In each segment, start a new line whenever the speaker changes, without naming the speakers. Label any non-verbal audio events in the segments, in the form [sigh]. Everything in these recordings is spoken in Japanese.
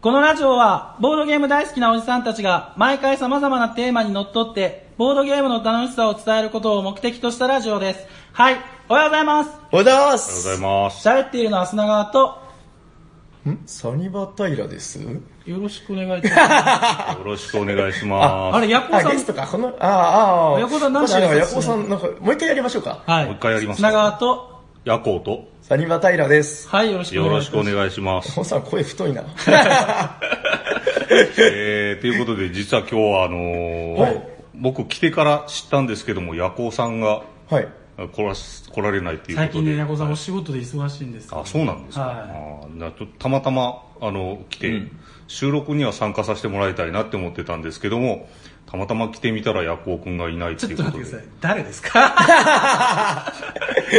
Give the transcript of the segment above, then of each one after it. このラジオは、ボードゲーム大好きなおじさんたちが、毎回様々なテーマにのっとって、ボードゲームの楽しさを伝えることを目的としたラジオです。はい、おはようございます。
おはようございま
ありがとう
す
ございます。
喋っているのは砂川と、
んサニバタイラです
よろしくお願いいたします。
よろしくお願いしま
[laughs] あれ、ヤッコ
あ、
さ
ゲ
ん
ストか、この、ああ、ああ、
ヤコさんなんで
確か
挨拶
にヤ
しない
コさん、なんか、もう一回やりましょうか。
はい。
もう一回やります
砂川と、
す。夜行と、
サニバタイラです。
はい、よろしくお
よ
願
ろ
いし
しくお
ます。
願いしま
ヤ
す。
コさん、声太いな。
えー、ということで、実は今日はあのー
はい
僕来てから知ったんですけども、夜行さんが
はい。
あ来らし来られないっていうことで。
最近ね、ヤコさんお仕事で忙しいんですよ。
あ、そうなんですか。
はい
あーなちょっとたまたま、あの、来て、収録には参加させてもらいたいなって思ってたんですけども、たまたま来てみたら夜行くんがいないって
ちょ
い
っ
う
と
こ
待
と
ってくださ
で。
い。誰ですか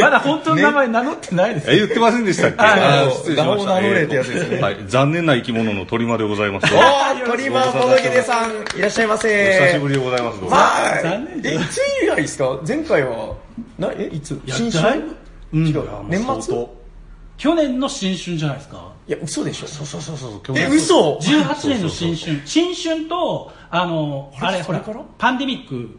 [laughs] まだ本当の名前名乗ってないですよ。
え、言ってませんでしたっけ
はい
あ
あ
ー
の
失礼しました。
ガオナノレってやつですね
えーとはい。残念な生き物の鳥間でございます。
おー、鳥間もどけでさん、いらっしゃいま
お
せ。
久しぶりでございます。
まあ、
残念
え、いつ以来ですか前回は、な、え、いつ
や
新
だい
春
ぶ
違う
あもう、
年
相
末い
当
去年の新春じゃないですか。
や、嘘でしょ。そうそうそうそう。え、
年
嘘
18年の新春。新春と、あの、
あ
あ
れ
れ、ほら
それから、
パンデミック、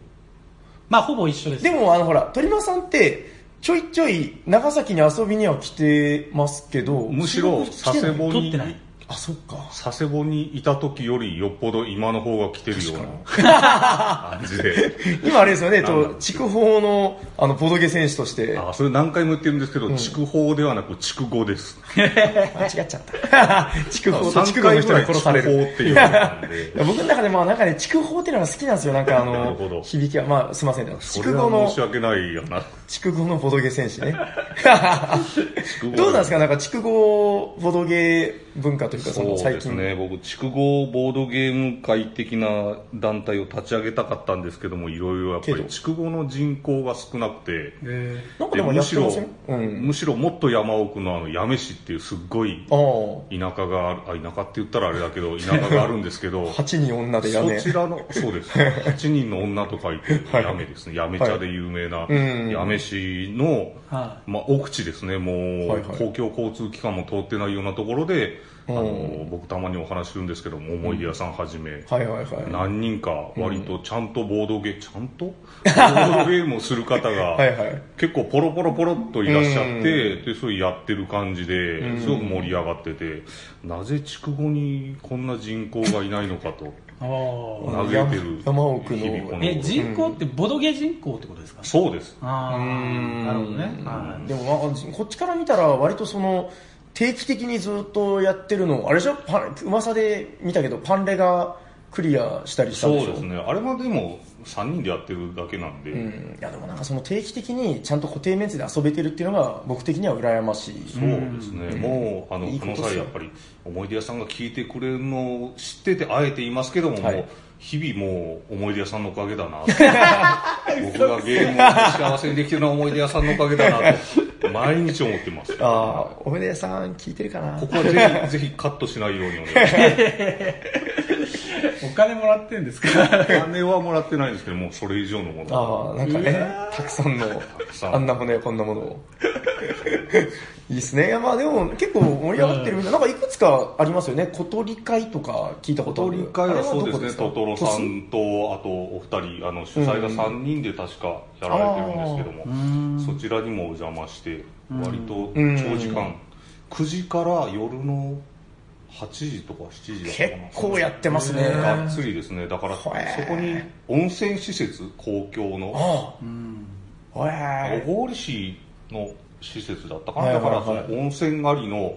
まあ、ほぼ一緒です。
でも、あの、ほら、鳥間さんって、ちょいちょい長崎に遊びには来てますけど、
むしろ
来てな
佐
い
世保
撮っ
に
てない。
あ、そっか。
佐世保にいた時よりよっぽど今の方が来てるような感じで [laughs]
今あれですよね、えっと、筑豊の、あの、ボドゲ選手として、あ、
あそれ何回も言ってるんですけど筑豊、ではなく筑後です
間違っちゃった。 [laughs] 筑豊と筑豊の
3回ぐ
人
ら
に
い
殺
筑豊
さ
っ
れ
て
る。
いうなん
[laughs]
で
いや僕の中で、まあ、なんかね、筑豊っていうのが好きなんですよ、なんかあ
なる
の
ほ、ど
響きは、まあ、すいませんね、
そ
筑
れ
豊
は
の
申し、訳ないよな
筑豊のボドゲ選手
[laughs]
ね。
筑
どうなんですかなんか、筑豊ボドゲ文化というか、そ
そう
の、最
です
近。
ね僕筑後ボードゲーム会的な団体を立ち上げたかったんですけどもいろいろやっぱ
けど
り筑後の人口が少なくて
え
なんか
で
でもや
む
っ
して
ま
ろ
せん、うん。
むしろもっと山奥のあの八女市っていうすっごい
ああ、
田舎があるあ田舎って言ったらあれだけど田舎があるんです
[laughs]
けど
8人女でやね
そ。ちらのそ
[laughs]
うです8人の女と書いて
はい
やめですねやめ茶で有名な
うん
やめ市の、
は
まあ、奥地ですねもう、
はいはい
公共交通機関も通ってないようなところで、あ
う
の僕たまにお話しするんですけども思い出屋さんはじめ、
はいはいは
何人か割とちゃんとボードゲーム、ちゃん
[laughs]
とボードゲームをする方
い。
が
はいはい。
結構ポロポロポロっといらっしゃって、でそういうやってる感じですごく盛り上がってて、なぜ筑後にこんな人口がいないのかと
あー
嘆いてる
山山奥の
日々こ
え、
の
人口ってボドゲ人口ってことですか
そうです
あ
ん
あ、なるほどね。は
でもまあ、こっちから見たら割とその、定期的にずっとやってるの、あれじゃ、パン、噂で見たけど、パンレがクリアしたりした
そ
ん
う
でしょ
ですねあれはでも3人でやってるだけなんで、
うん。いやでもなんかその定期的にちゃんと固定面積で遊べてるっていうのが僕的には羨ましい。
そうですね、もうあの
いい
こ
こと
の
っすよ
際やっぱり思い出屋さんが聞いてくれるのを知っててあえて言いますけども、
はい
もう日々もう思い出屋さんのおかげだな
[laughs]
って僕がゲームを幸せにできてるのは思い出屋さんのおかげだなと毎日思ってますこ
ああ、おめでさん聞いてるかな
こは
[laughs]
ぜひぜひカットしないようにお願いします
い。お金もらってんですかは
お金はもらってないんですけどもうそれ以上のも
あ
の
あ、なんかね、たくさんの
く、さん
あんな骨やこんなものを。 [laughs] いいっすね。いやまあでも結構盛り上がってるみたいな。なんかいくつかありますよね。小鳥会とか聞いたことあ
鳥
る。
取会はそう
あれ
で
ど
す
こ
ね、
か
トトロさんと、あとお二人、あの主催が3人で確かやられてるんですけども、そちらにもお邪魔して、割と長時間、9時から夜の8時とか7時だった
結
かな。
構やってますね。
がっつりですね、だからそこ
へー
に温泉施設、公共の、
ああ。へえ
小郡市の施設だったか
は
な、
いは
だ
いは
か
い
らその温泉ありの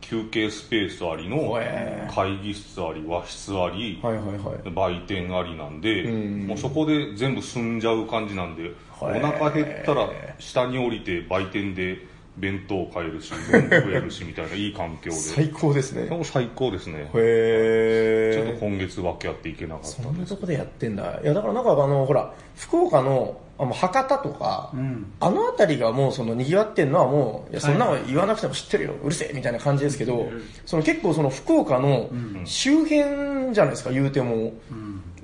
休憩スペースありの
へ
会議室あり、和室あり、
はいはいはい。
売店ありなんで、
うん
もうそこで全部済んじゃう感じなんで、お
ー
腹減ったら下に降りて売店で弁当買えるし、文具やるしみたいないい環境で。
最高ですね。
でも最高ですね。ちょっと
へえ。
今月分け合っていけなかった。
そんなとこでやってんだ。いやだからなんかあの、ほら、福岡の、あの、博多とか、
ん
あの辺りがもうその賑わってんのはもう、いやそんなの言わなくても知ってるよ、うるせえみたいな感じですけど、その結構その福岡の周辺じゃないですか、言うても。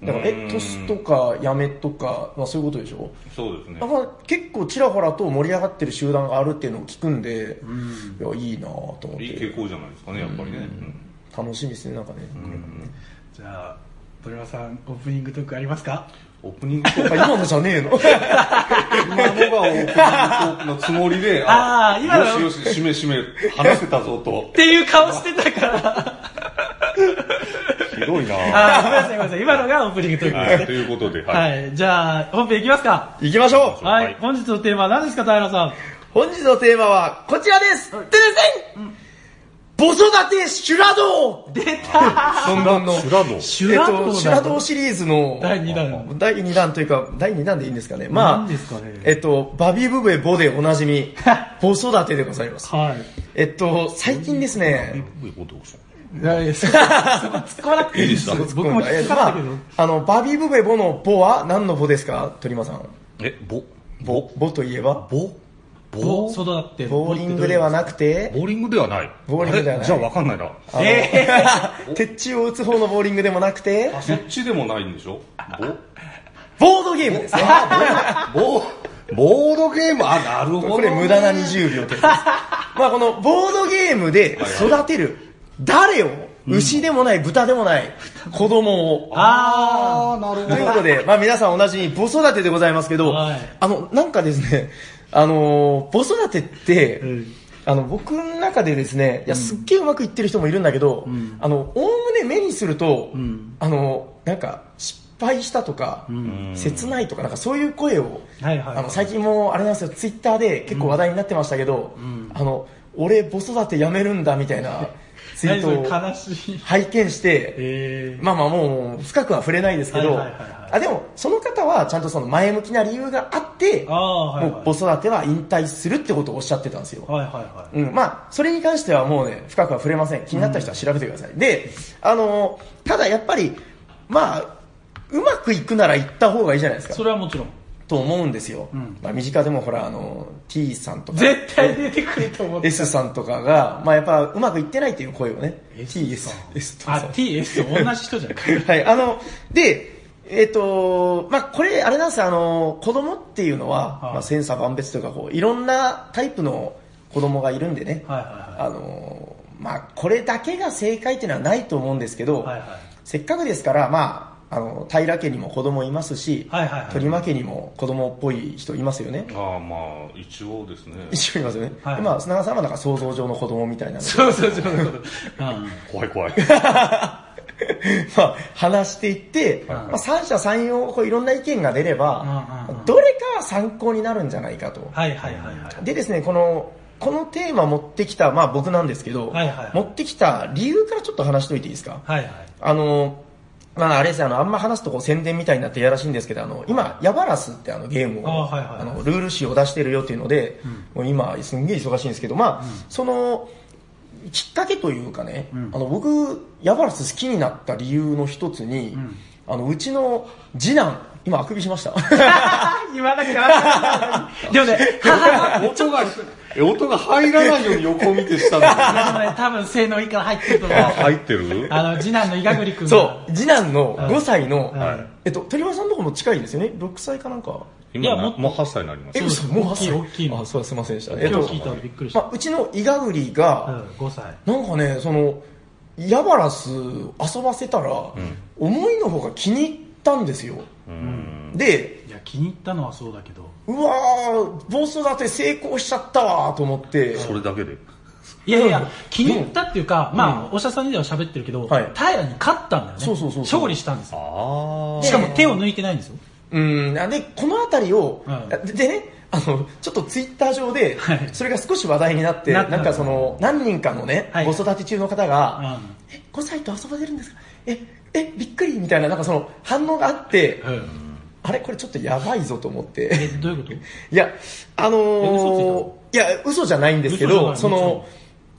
だから、
う
え、
ん
都市とかやめとか、まあそういうことでしょ
そうですね
だ。から結構ちらほらと盛り上がってる集団があるっていうのを聞くんで、いや、いいなぁと思って。
いい傾向じゃないですかね、やっぱりね。うん
楽しみですね、なんかね。
うん
じゃあ鳥山さんオープニングトークありますか
オープニングトー
やっぱ今のじゃねえの [laughs]
ク、今のがオープニングトークのつもりで、
あー今の
よしよし、しめしめ、話せたぞと
っ。ていう顔してたから。あーごめんなさ
ひどい [laughs] な
い、ごめんなさい。今のがオープニングトーク
は
で
い
す
と
ね。
いうことで、。
はいい。じゃあ、本編いきますか。
行きましょう
は
はい
い。本日のテーマは何ですか、平さん。
本日のテーマはこちらですてれせんボソダテ修羅道
出た
そんなの
修羅道。
修羅道
えっと
だ
修羅道シリーズの
第2弾。
第2弾というか、第2弾でいいんですかね。ま
何
あ
ですかね、
えっと、バビブベボでおな
[laughs]
じみ、ボソダテでございます。
はい。
えっと、最近ですね、
いやいやそ
使わなくていいです
いいです
僕も聞きたかったけど。
あの、バビブベボのボは何のボですか鳥間さん。
え、ぼ、ぼ、
ボといえば
ぼ、
ボ
ぼ、
ソだって。
ボーリングではなくて、
ボーリングではない。
ボーリングではない
あれじゃあわかんないな。
あの
え
鉄柱を打つ方のボーリングでもなくて、
あ、そっちでもないんでしょ
ボードゲームですね。
ぼ、ぼ、ボードゲーム、あ、なるほど。
これ無駄な20秒って
[laughs]
やつです。まあこのボードゲームで育てる、誰を、牛でもない豚でもない子供を、
あ
あー、なるほ
と
ど
いう。ことで、まあ皆さんおなじみ、母育てでございますけど、
はい
あの、なんかですね、あのー、母育てって、
ん
あの、僕の中でですね、いや、すっげえうまくいってる人もいるんだけど、あの、おおむね目にすると、
ん
あの、なんか、失敗したとか、切ないとか、なんかそういう声を、
はいはいはい
あの、最近も、あれなんですよ、ツイッターで結構話題になってましたけど、あの、俺、母育てやめるんだ、みたいなツイ
何
ー
そ
ト
れ
を
悲しい。
拝見して、
えー。
まあまあもう深くは触れないですけど、
はいはいはいはい
あでもその方はちゃんとその前向きな理由があって、
ああ、はい
も
は
う
い。
子育ては引退するってことをおっしゃってたんですよ。
はいはいはい。
うん、まあ、それに関してはもうね、深くは触れません。気になった人は調べてください。で、あのーただやっぱり、まあ、うまくいくなら行った方がいいじゃないです
そ
か。
れはもちろん。
と思うんですよ。まあ、身近でもほら、あのー、T さんとか、
絶対出てくると思って。
S さんとかが、まあやっぱうまくいってないっていう声をね、
S
T、S、S とか
あ
さ、ん。
TS 同じ人じ [laughs] ゃん。
[laughs] はい、あの、で、えっ、と、まあ、これ、あれなんですよ、あの、子供っていうのは、
はい
まあ、千差万別というか、こう、いろんなタイプの子供がいるんでね、
はいはいはい
あの、まあ、これだけが正解っていうのはないと思うんですけど、
はいはい
せっかくですから、まあ、あの、平家にも子供いますし、
はいはいはい
鳥間家にも子供っぽい人いますよね。
ああ、まあ、一応ですね。
一緒にいますよね。
はい
でまあ、砂川さんはなんか想像上の子供みたいなので
そうそうそう。うん
怖い怖い。
[laughs] まあ、話していって、まあ、三者三様、こういろんな意見が出れば
うんうんう、ん
どれかは参考になるんじゃないかと。
はいはいはいはい。
でですね、この、このテーマ持ってきた、まあ僕なんですけど、
はいはい
持ってきた理由からちょっと話しといていいですか
はいはい。
あの、まああれですねあの、あんま話すとこう宣伝みたいになってやらしいんですけど、あの、今、ヤバラスってあのゲームを、
あはいはいはい
の、ルール誌を出してるよっていうので、もう今、すんげえ忙しいんですけど、まあ、その、きっかけというかね、あの、僕、ヤバラス好きになった理由の一つに、あの、うちの次男、今、あくびしました。
[laughs] 言わなきゃなでもね、
音が、え音が入らないように横見てしたんだ
でもね、多分性能いいから入ってると思う。
入ってる
あの、次男の伊賀栗くんが
そう、 [laughs] 次男の5歳の、
はい
えっと、鳥羽さんのとこも近いですよね ?6 歳かなんか。
いや
今
も
な
っと
もう8歳になりま
え、
す。
です
嘘、もう8
大きい
歳
大きいの
あ、そうだ、すいませんでした。えっ
今
と
日聞い、たのびっくりし
ま
た。
あ、うちのイガウリ
う
が、
ん、5歳。
なんかね、その、ヤバラス遊ばせたら、思いの方が気に入ったんですよ。
うん
で、
いや、気に入ったのはそうだけど。
うわー、ボスだって成功しちゃったわーと思って、
それだけで。
いやいや、気に入ったっていうか、まあ、お医者さんにでは喋ってるけど、
はい
平に勝ったんだよね。
そうそうそうそう
勝利したんですよ。
あ
しかも手を抜いてないんですよ。
うん、なんで、このあたりを、
うん
ででね、あの、ちょっとツイッター上で
はい、
それが少し話題になって、
なった
なんかその、何人かのね、
はい
子育て中の方が、
うん
え、5歳と遊ばせるんですかえ、え、びっくりみたいな、なんかその、反応があって、
うん。
あれ、これちょっとやばいぞと思っ
え、
て。
どういうこと
いや、あの
嘘
ー、いや、嘘じゃないんですけ
嘘じゃな
ど、
い
その、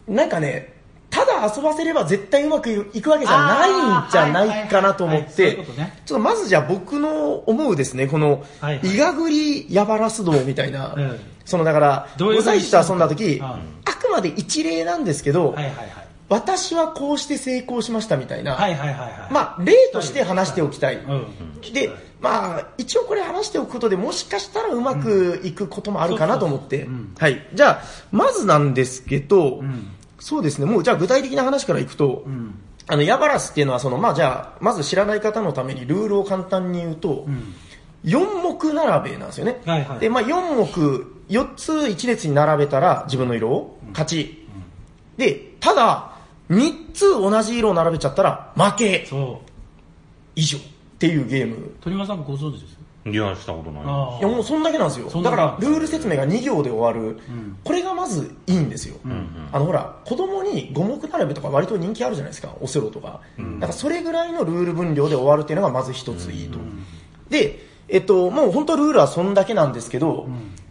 なんかね、ただ遊ばせれば絶対うまくいくわけじゃないんじゃないかなと思っ
あーはい
て
はいはいはいそういうことね、
ちょっとまずじゃあ僕の思うですね、この
はい、はい
イガグリヤバラス道みたいな
うん、
そのだから、
どういう
5歳児と遊んだ時
うん
あくまで一例なんですけど
はい、はいはい。
私はこうして成功しましたみたいな、
はいはいはいはい。
まあ、例として話しておきたい。
うん。
で、まあ、一応これ話しておくことでもしかしたらうまくいくこともあるかなと思って、はい。じゃあ、まずなんですけど、
ん
そうですね。もう、じゃあ具体的な話からいくと、
うん
あの、ヤバラスっていうのは、その、まあ、じゃあ、まず知らない方のためにルールを簡単に言うと、
うん
4目並べなんですよね。
はいはい
で、まあ、4目、4つ1列に並べたら自分の色を勝ち。で、ただ、3つ同じ色を並べちゃったら負け
そ
以上っていうゲーム。
う。鳥間さんご存知です
いや、したことない。
あ
いや、もうそんだけなんです
そ
よ。
んだ
だ
け
から、ルール説明が2行で終わる。これがまずいいんですよ。あの、ほら、子供に五目並べとか割と人気あるじゃないですか、オセロとか。だから、それぐらいのルール分量で終わるっていうのがまず一ついいと。で、えっと、もう本当ルールはそんだけなんですけど、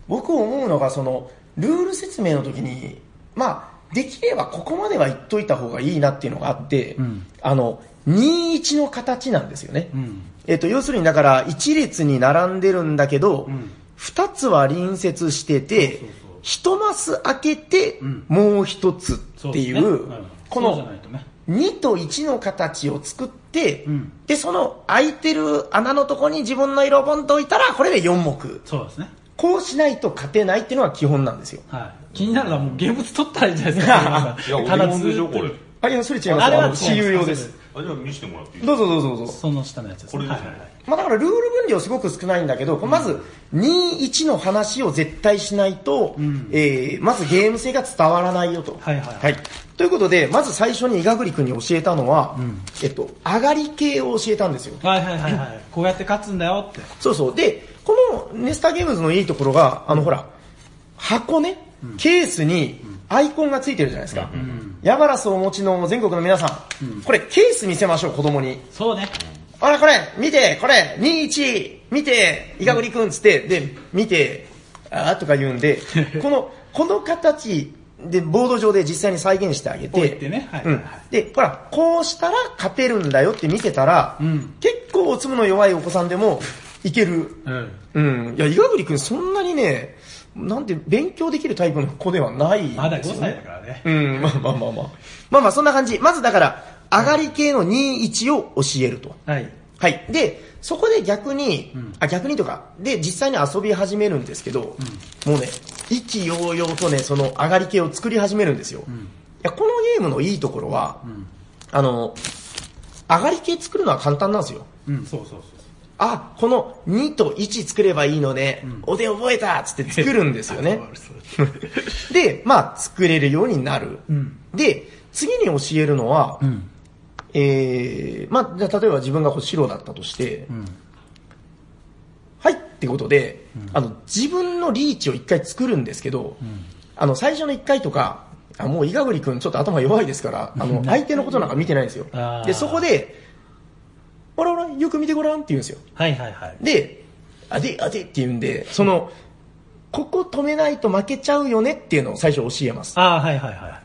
僕思うのが、その、ルール説明の時に、まあ、できればここまでは言っといた方がいいなっていうのがあって、
ん
あの、21の形なんですよね。
うん
えっと、要するにだから、一列に並んでるんだけど
ん、
二、つは隣接してて、一マス開けて
ん、
もう一つっていう、
そですねん
こ
そうじゃな
の
いとね
2と1の形を作って、
うん
で、その空いてる穴のとこに自分の色をポンと置いたら、これで4目。
そうですね
こうしないと勝てないっていうのが基本なんですよ。
はい気になるのはもう現物取ったらいいんじゃないですか
いや、お
ただ
手本でしょ、
[laughs]
ずっ
ことれ。
あ、いや、それ違います。
あれは
あの私有用です。
あ、じゃあ見せてもらっていい
どうぞどうぞどうぞ。
その下のやつです
これです
は
ね
いはいはい
まあだからルール分量すごく少ないんだけど、まず2、1の話を絶対しないと、えーまずゲーム性が伝わらないよと。
はいはい
はい。ということで、まず最初に伊賀栗君に教えたのは、えっと、上がり系を教えたんですよ。
はいはいはいはいこうやって勝つんだよって
そうそう。で、このネスターゲームズのいいところが、あのほら、箱ね、ケースにアイコンがついてるじゃないですか。ヤバラスをお持ちの全国の皆さん、これケース見せましょう、子供に。
そうね
ほらこれ、見て、これ、21、見て、イガグリくんつって、で、見て、あーとか言うんで、
[laughs]
この、この形で、ボード上で実際に再現してあげて、
置いてねはい
うん。で、ほら、こうしたら勝てるんだよって見せたら、
ん
結構おつむの弱いお子さんでも、いける。
うん
うん。いや、イガグリくんそんなにね、なんて勉強できるタイプの子ではないんですよ、ね。
まだ5歳だからね
うん、まあまあまあまあ。まあまあ、そんな感じ。まずだから、上がり系の2、1を教えると。
はい
はい。で、そこで逆に、あ、逆にとか、で、実際に遊び始めるんですけど、もうね、意気揚々とね、その上がり系を作り始めるんですよ。いや、このゲームのいいところは、あの、上がり系作るのは簡単なんですよ。
うんそうそうそ
あ、この2と1作ればいいのね、おで覚えたっつって作るんですよ
う [laughs]
ね。
そうそう
で、まあ、作れるようになる。
ん
で、次に教えるのは、
うん
えー、まあ、じゃあ例えば自分がこう白だったとして、はいってことで、あの、自分のリーチを一回作るんですけど、あの、最初の一回とか、あもう、伊賀栗くんちょっと頭弱いですから、あの、相手のことなんか見てないんですよ
あ。ー
で、そこで、ほらほら、よく見てごらんって言うんですよ。
はいはいはい
で、あで、あでって言うんで、その、ここ止めないと負けちゃうよねっていうのを最初教えます。あ
ああはいはいはい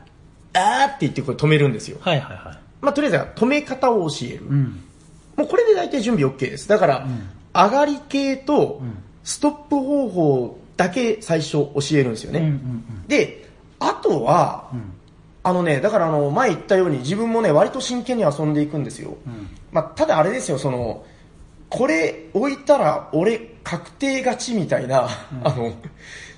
ーって言ってこれ止めるんですよ。
はいはいはい
まあ、とりあえずは止め方を教える。
うん
もうこれで大体準備 OK です。だから、上がり系とストップ方法だけ最初教えるんですよね。
うんうんうん
で、あとは、あのね、だからあの、前言ったように自分もね、割と真剣に遊んでいくんですよ。まあ、ただあれですよ、その、これ置いたら俺確定勝ちみたいな、あの、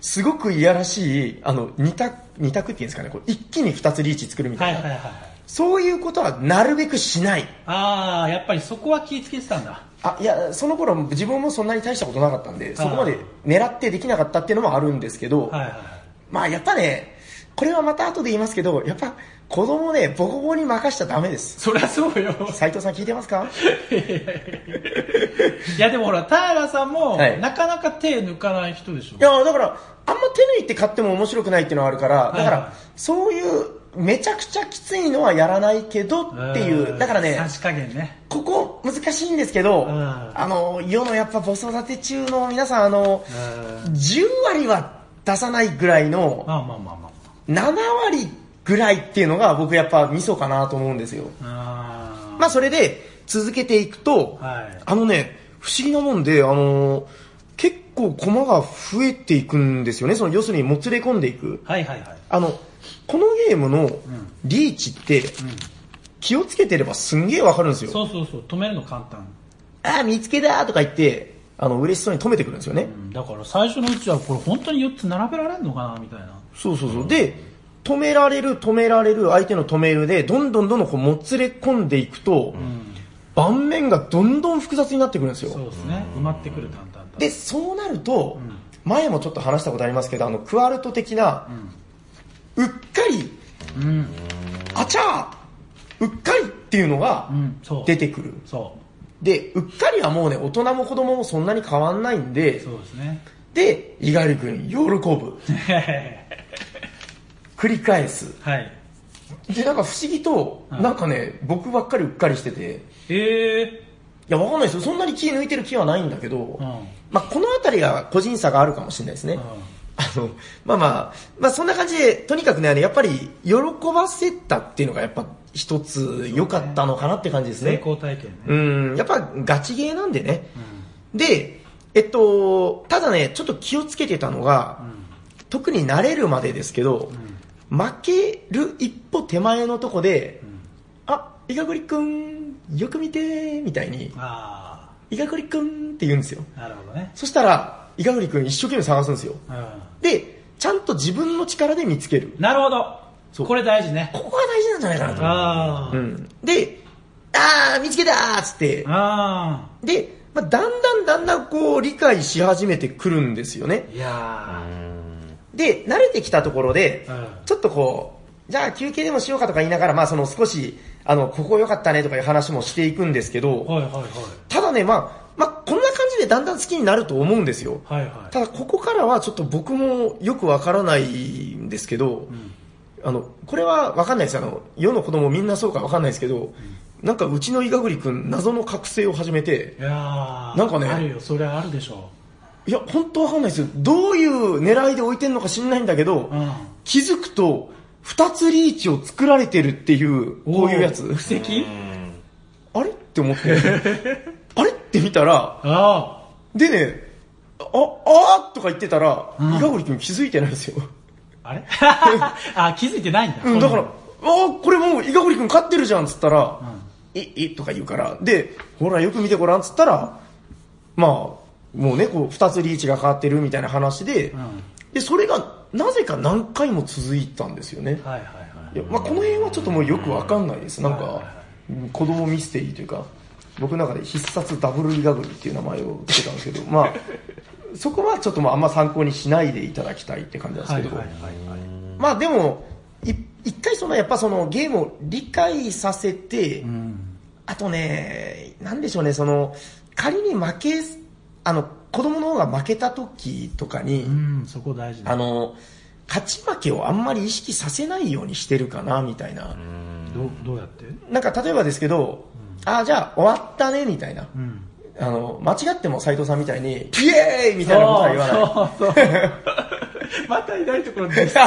すごくいやらしい、あの、二択、二択っていうんですかね、こう一気に二つリーチ作るみた
はいい
な。
はいはいはい
そういうことはなるべくしない。
ああやっぱりそこは気ぃつけてたんだ
あいやその頃自分もそんなに大したことなかったんでそこまで狙ってできなかったっていうのもあるんですけど、
はいはいはい
まあやっぱねこれはまた後で言いますけどやっぱ子供ねボコボコに任しちゃダメです
そりゃそうよ
斉藤さん聞いてますか
いやでもほら、平さんも、
はい
なかなか手抜かない人でしょ
い。やだからあんま手抜いて買っても面白くないっていうのはあるからだか
はいはい
らそういうめちゃくちゃきついのはやらないけどってい
ん
うだからね
差し加減ね。
ここ難しいんですけど、
うん
あの世のやっぱ子育て中の皆さんあの、
うん
10割は出さないぐらいの、
まあまあまあま
7割ぐらいっていうのが僕やっぱミソかなと思うんですよ。
あ。あ
まあそれで続けていくと、
はい
あのね、不思議なもんで、あのー結構駒が増えていくんですよね。その要するにもつれ込んでいく。
あ。はいはいはい。
あの、このゲームのリーチって、気をつけてればすんげえわかるんですよ。
そうそうそう、止めるの簡単。
あー見つけたとか言って、あの、嬉しそうに止めてくるんですよね。
うんだから最初のうちは、これ本当に4つ並べられるのかな、みたいな。
そうそうそう。で、止められる、止められる、相手の止めるで、どんどんどんどんこうもつれ込んでいくと、盤面がどんどん複雑になってくるんですよ。
そうですね。埋まってくる、だんだんと。
で、そうなると、
ん
前もちょっと話したことありますけど、あの、クアルト的な、うっかり、
うん。
あちゃーうっかりっていうのが
うん。そう。
出てくる。
そ
で、うっかりはもうね、大人も子供もそんなに変わんないん
う。
で、
そうです
[laughs]
ね。
で、猪狩君、喜ぶ。繰り返す。
はい。
で、なんか不思議と、
うん
なんかね、僕ばっかりうっかりしてて、い
ええ
や、わかんないですよ。そんなに気抜いてる気はないんだけど、
うん
まあ、このあたりが個人差があるかもしれないですね。
うん
あの、まあまあ、まあそんな感じで、とにかくね、あのやっぱり、喜ばせたっていうのがやっぱ一つ良かったのかなって感じです
成
ね。
功体験ね。
うん、やっぱガチゲーなんでね。で、えっと、ただね、ちょっと気をつけてたのが、特に慣れるまでですけど、負ける一歩手前のとこで、あ、イガグリくん、よく見て、みたいに、
あ
イガグリくんって言うんですよ。
あ、なるほどね。
そしたら、イガグリくん一生懸命探すんですよ。
うん。
で、ちゃんと自分の力で見つける。
なるほど。
そう
これ大事ね。
ここが大事なんじゃないかなと思
ああ、
う。うん。で、あー、見つけたーっつって、
あ
で、まあ、だんだんだんだんこう理解し始めてくるんですよね
あ。。いや
で、慣れてきたところで、
うん
ちょっとこう、じゃあ休憩でもしようかとか言いながら、まあその少し、あの、ここ良かったねとかいう話もしていくんですけ
ー、
ど、
はいはいはい。
ただね、まあ、まあこんな感じでだんだん好きになると思うんですよ。
はいはい。
ただここからはちょっと僕もよくわからないんですけど、あの、これはわかんないです。あの、世の子供みんなそうかわかんないですけど、なんかうちのイガグリくん謎の覚醒を始めて、
いやー
なんかね
あるよ、それあるでしょ
いや、本当わかんないですよ。どういう狙いで置いてんのか知んないんだけど、
う。うん。
気づくと、二つリーチを作られてるっていう、こうい
[laughs]
うやつ。
おー布石
うん
あれって思って。あれって見たら、
あ
でね、あ、あーとか言ってたら、
ん
イガゴリ君気づいてないんですよ。
あ。あれ [laughs] あ、気づいてないんだ。
うん、だから、あーこれもうイガゴリ君勝ってるじゃんっつったら、
う
え、え、とか言うから、で、ほらよく見てごらんっつったら、まあ、もうね、こう、二つリーチが変わってるみたいな話で、
うん。
で、それがなぜか何回も続いたんですよね。
はいはいはい
やまあ、この辺はちょっともうよくわかんないです。なん
はいはい
か、うん子供ミステリーというか、僕の中で必殺ダブルイガグリっていう名前をつけたんですけど、まあ、そこはちょっとまああんま参考にしないでいただきたいって感じなんで
は
す
い。
けど、
はいはいはい。
まあでも、い一回そのやっぱそのゲームを理解させて、
うん。
あとね、なんでしょうね、その、仮に負け、あの、子供の方が負けた時とかに、
うん、そこ大事
あ
だ。
の、勝ち負けをあんまり意識させないようにしてるかな、みたいな。
どうどうやって
なんか例えばですけど、ああ、じゃあ終わったね、みたいな。
うん。
あの、間違っても斎藤さんみたいに、ピエーイみたいなことは言わない。
そうそうそう。 [laughs] またいないところで。
[laughs]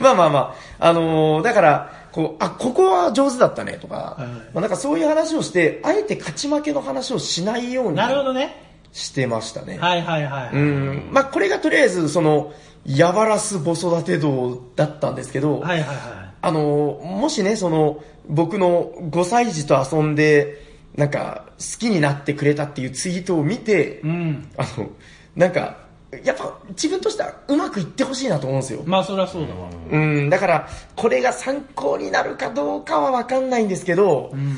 まあまあまあ、あのーだから、こう、あ、ここは上手だったねとか、
はい
まあ、なんかそういう話をして、あえて勝ち負けの話をしないように
なるほどね。
してましたね。
はいはいはい。
うん、まあこれがとりあえず、その、やばらす母育て道だったんですけど、
はいはいは
あの、もしね、その、僕の5歳児と遊んで、なんか、好きになってくれたっていうツイートを見て、
い。うん。
あの、なんか、やっぱ自分としてはうまくいってほしいなと思うんですよ。
まあそりゃそうだわ。
うん、だから、これが参考になるかどうかはわかんないんですけど、
うん。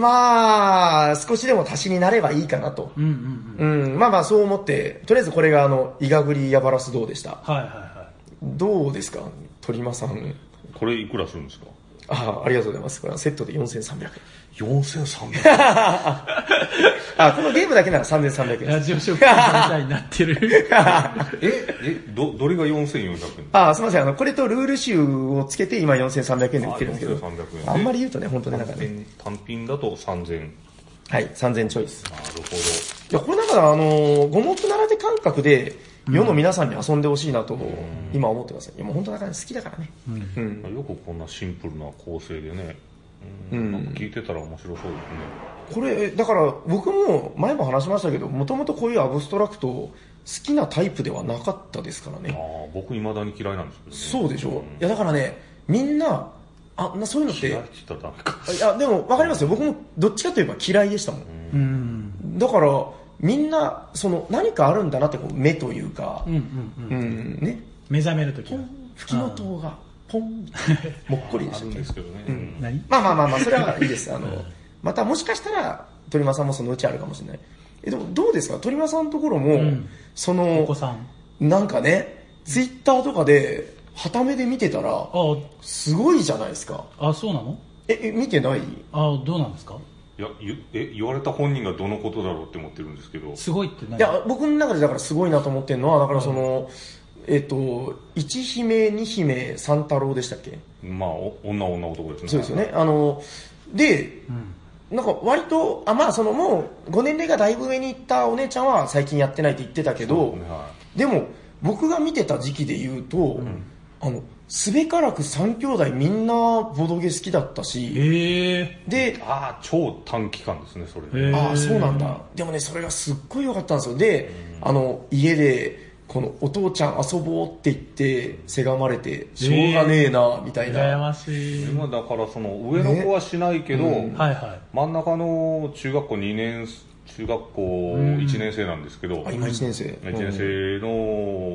まあ、少しでも足しになればいいかなと。
うんうんうん。
うん、まあまあそう思って、とりあえずこれがあの、イガグリヤバラスどうでした。
はいはいは
どうですか鳥間さん。
これいくらするんですか
ああ、ありがとうございます。これはセットで4300円。
4300
あ、このゲームだけなら3300
い。
円で
ラ
す。
ジオショックみたいになって
[laughs]
る。
ええどどれが4400円
あ、すみません。あの、これとルール集をつけて今4300円で売ってるんですけど、
あ4300円
あんまり言うとね、本当になんか
単
ね、
品単品だと3000
はい、3000ちょいです。
なるほ
いや、これだから、あのー、五目並べ感覚で、世の皆さんに遊んでほしいなと、今思ってます。いや、もう本当だから好きだからね。うん。
どよくこんなシンプルな構成でねう
うん
んなんか聞いてたら面白そうですね
これ、だから、僕も前も話しましたけど、もともとこういうアブストラクト、好きなタイプではなかったですから
あ
ね。
あ僕いまだに嫌いなんですけど、
そ
ね、
うでしょいや、だからね、みんな、あ、な、そういうのって、
嫌いって言ったらダメか
あいや、でも、わかりますよ。僕も、どっちかといえば嫌いでしたもん。
うん。
だから、みんな、その、何かあるんだなって、こう、目というか
うんう、んうん。
うん、ね。
目覚めるときは。
吹きの塔がポン、もっこりで
あ
し
る
たっ
んで
け
すけどね。
う
うんん
何
まあまあまあまあ、それはいいです。あの、またもしかしたら、鳥間さんもそのうちあるかもしれない。え、でもどうですか鳥間さんのところも、
ん
そ
お
の
子、さん。
なんかね、ツイッターとかで、はためで見てたら、
あ
すごいじゃないですか。
あ、そうなの
え、え見てない
あどうなんですか
いやゆえ、言われた本人がどのことだろうって思ってるんですけど、
すごいって何
いや、僕の中でだからすごいなと思ってるのは、だからその、えっと、一姫、二姫、三太郎でしたっけ
まあ、お女女男ですね。
そうですよね。あの、で、なんか割と、あ、まあそのもう、ご年齢がだいぶ上に行ったお姉ちゃんは最近やってないって言ってたけ
そう
ど、
ですね。は
でも、僕が見てた時期で言うと、あの、すべからく三兄弟みんなボドゲ好きだったし、
ええ
で
い、ああ、超短期間ですね、それ。
へー
ああ、そうなんだ。でもね、それがすっごい良かったんですよ。で、あの、家で、このお父ちゃん遊ぼうって言って、せがまれて、しょうがねえな、みたい
羨
な。
ましい。
今だからその上の子はしないけど、
ね
はいはい。
真ん中の中学校2年中学校1年生なんですけど、
あ、今1年生。
1年生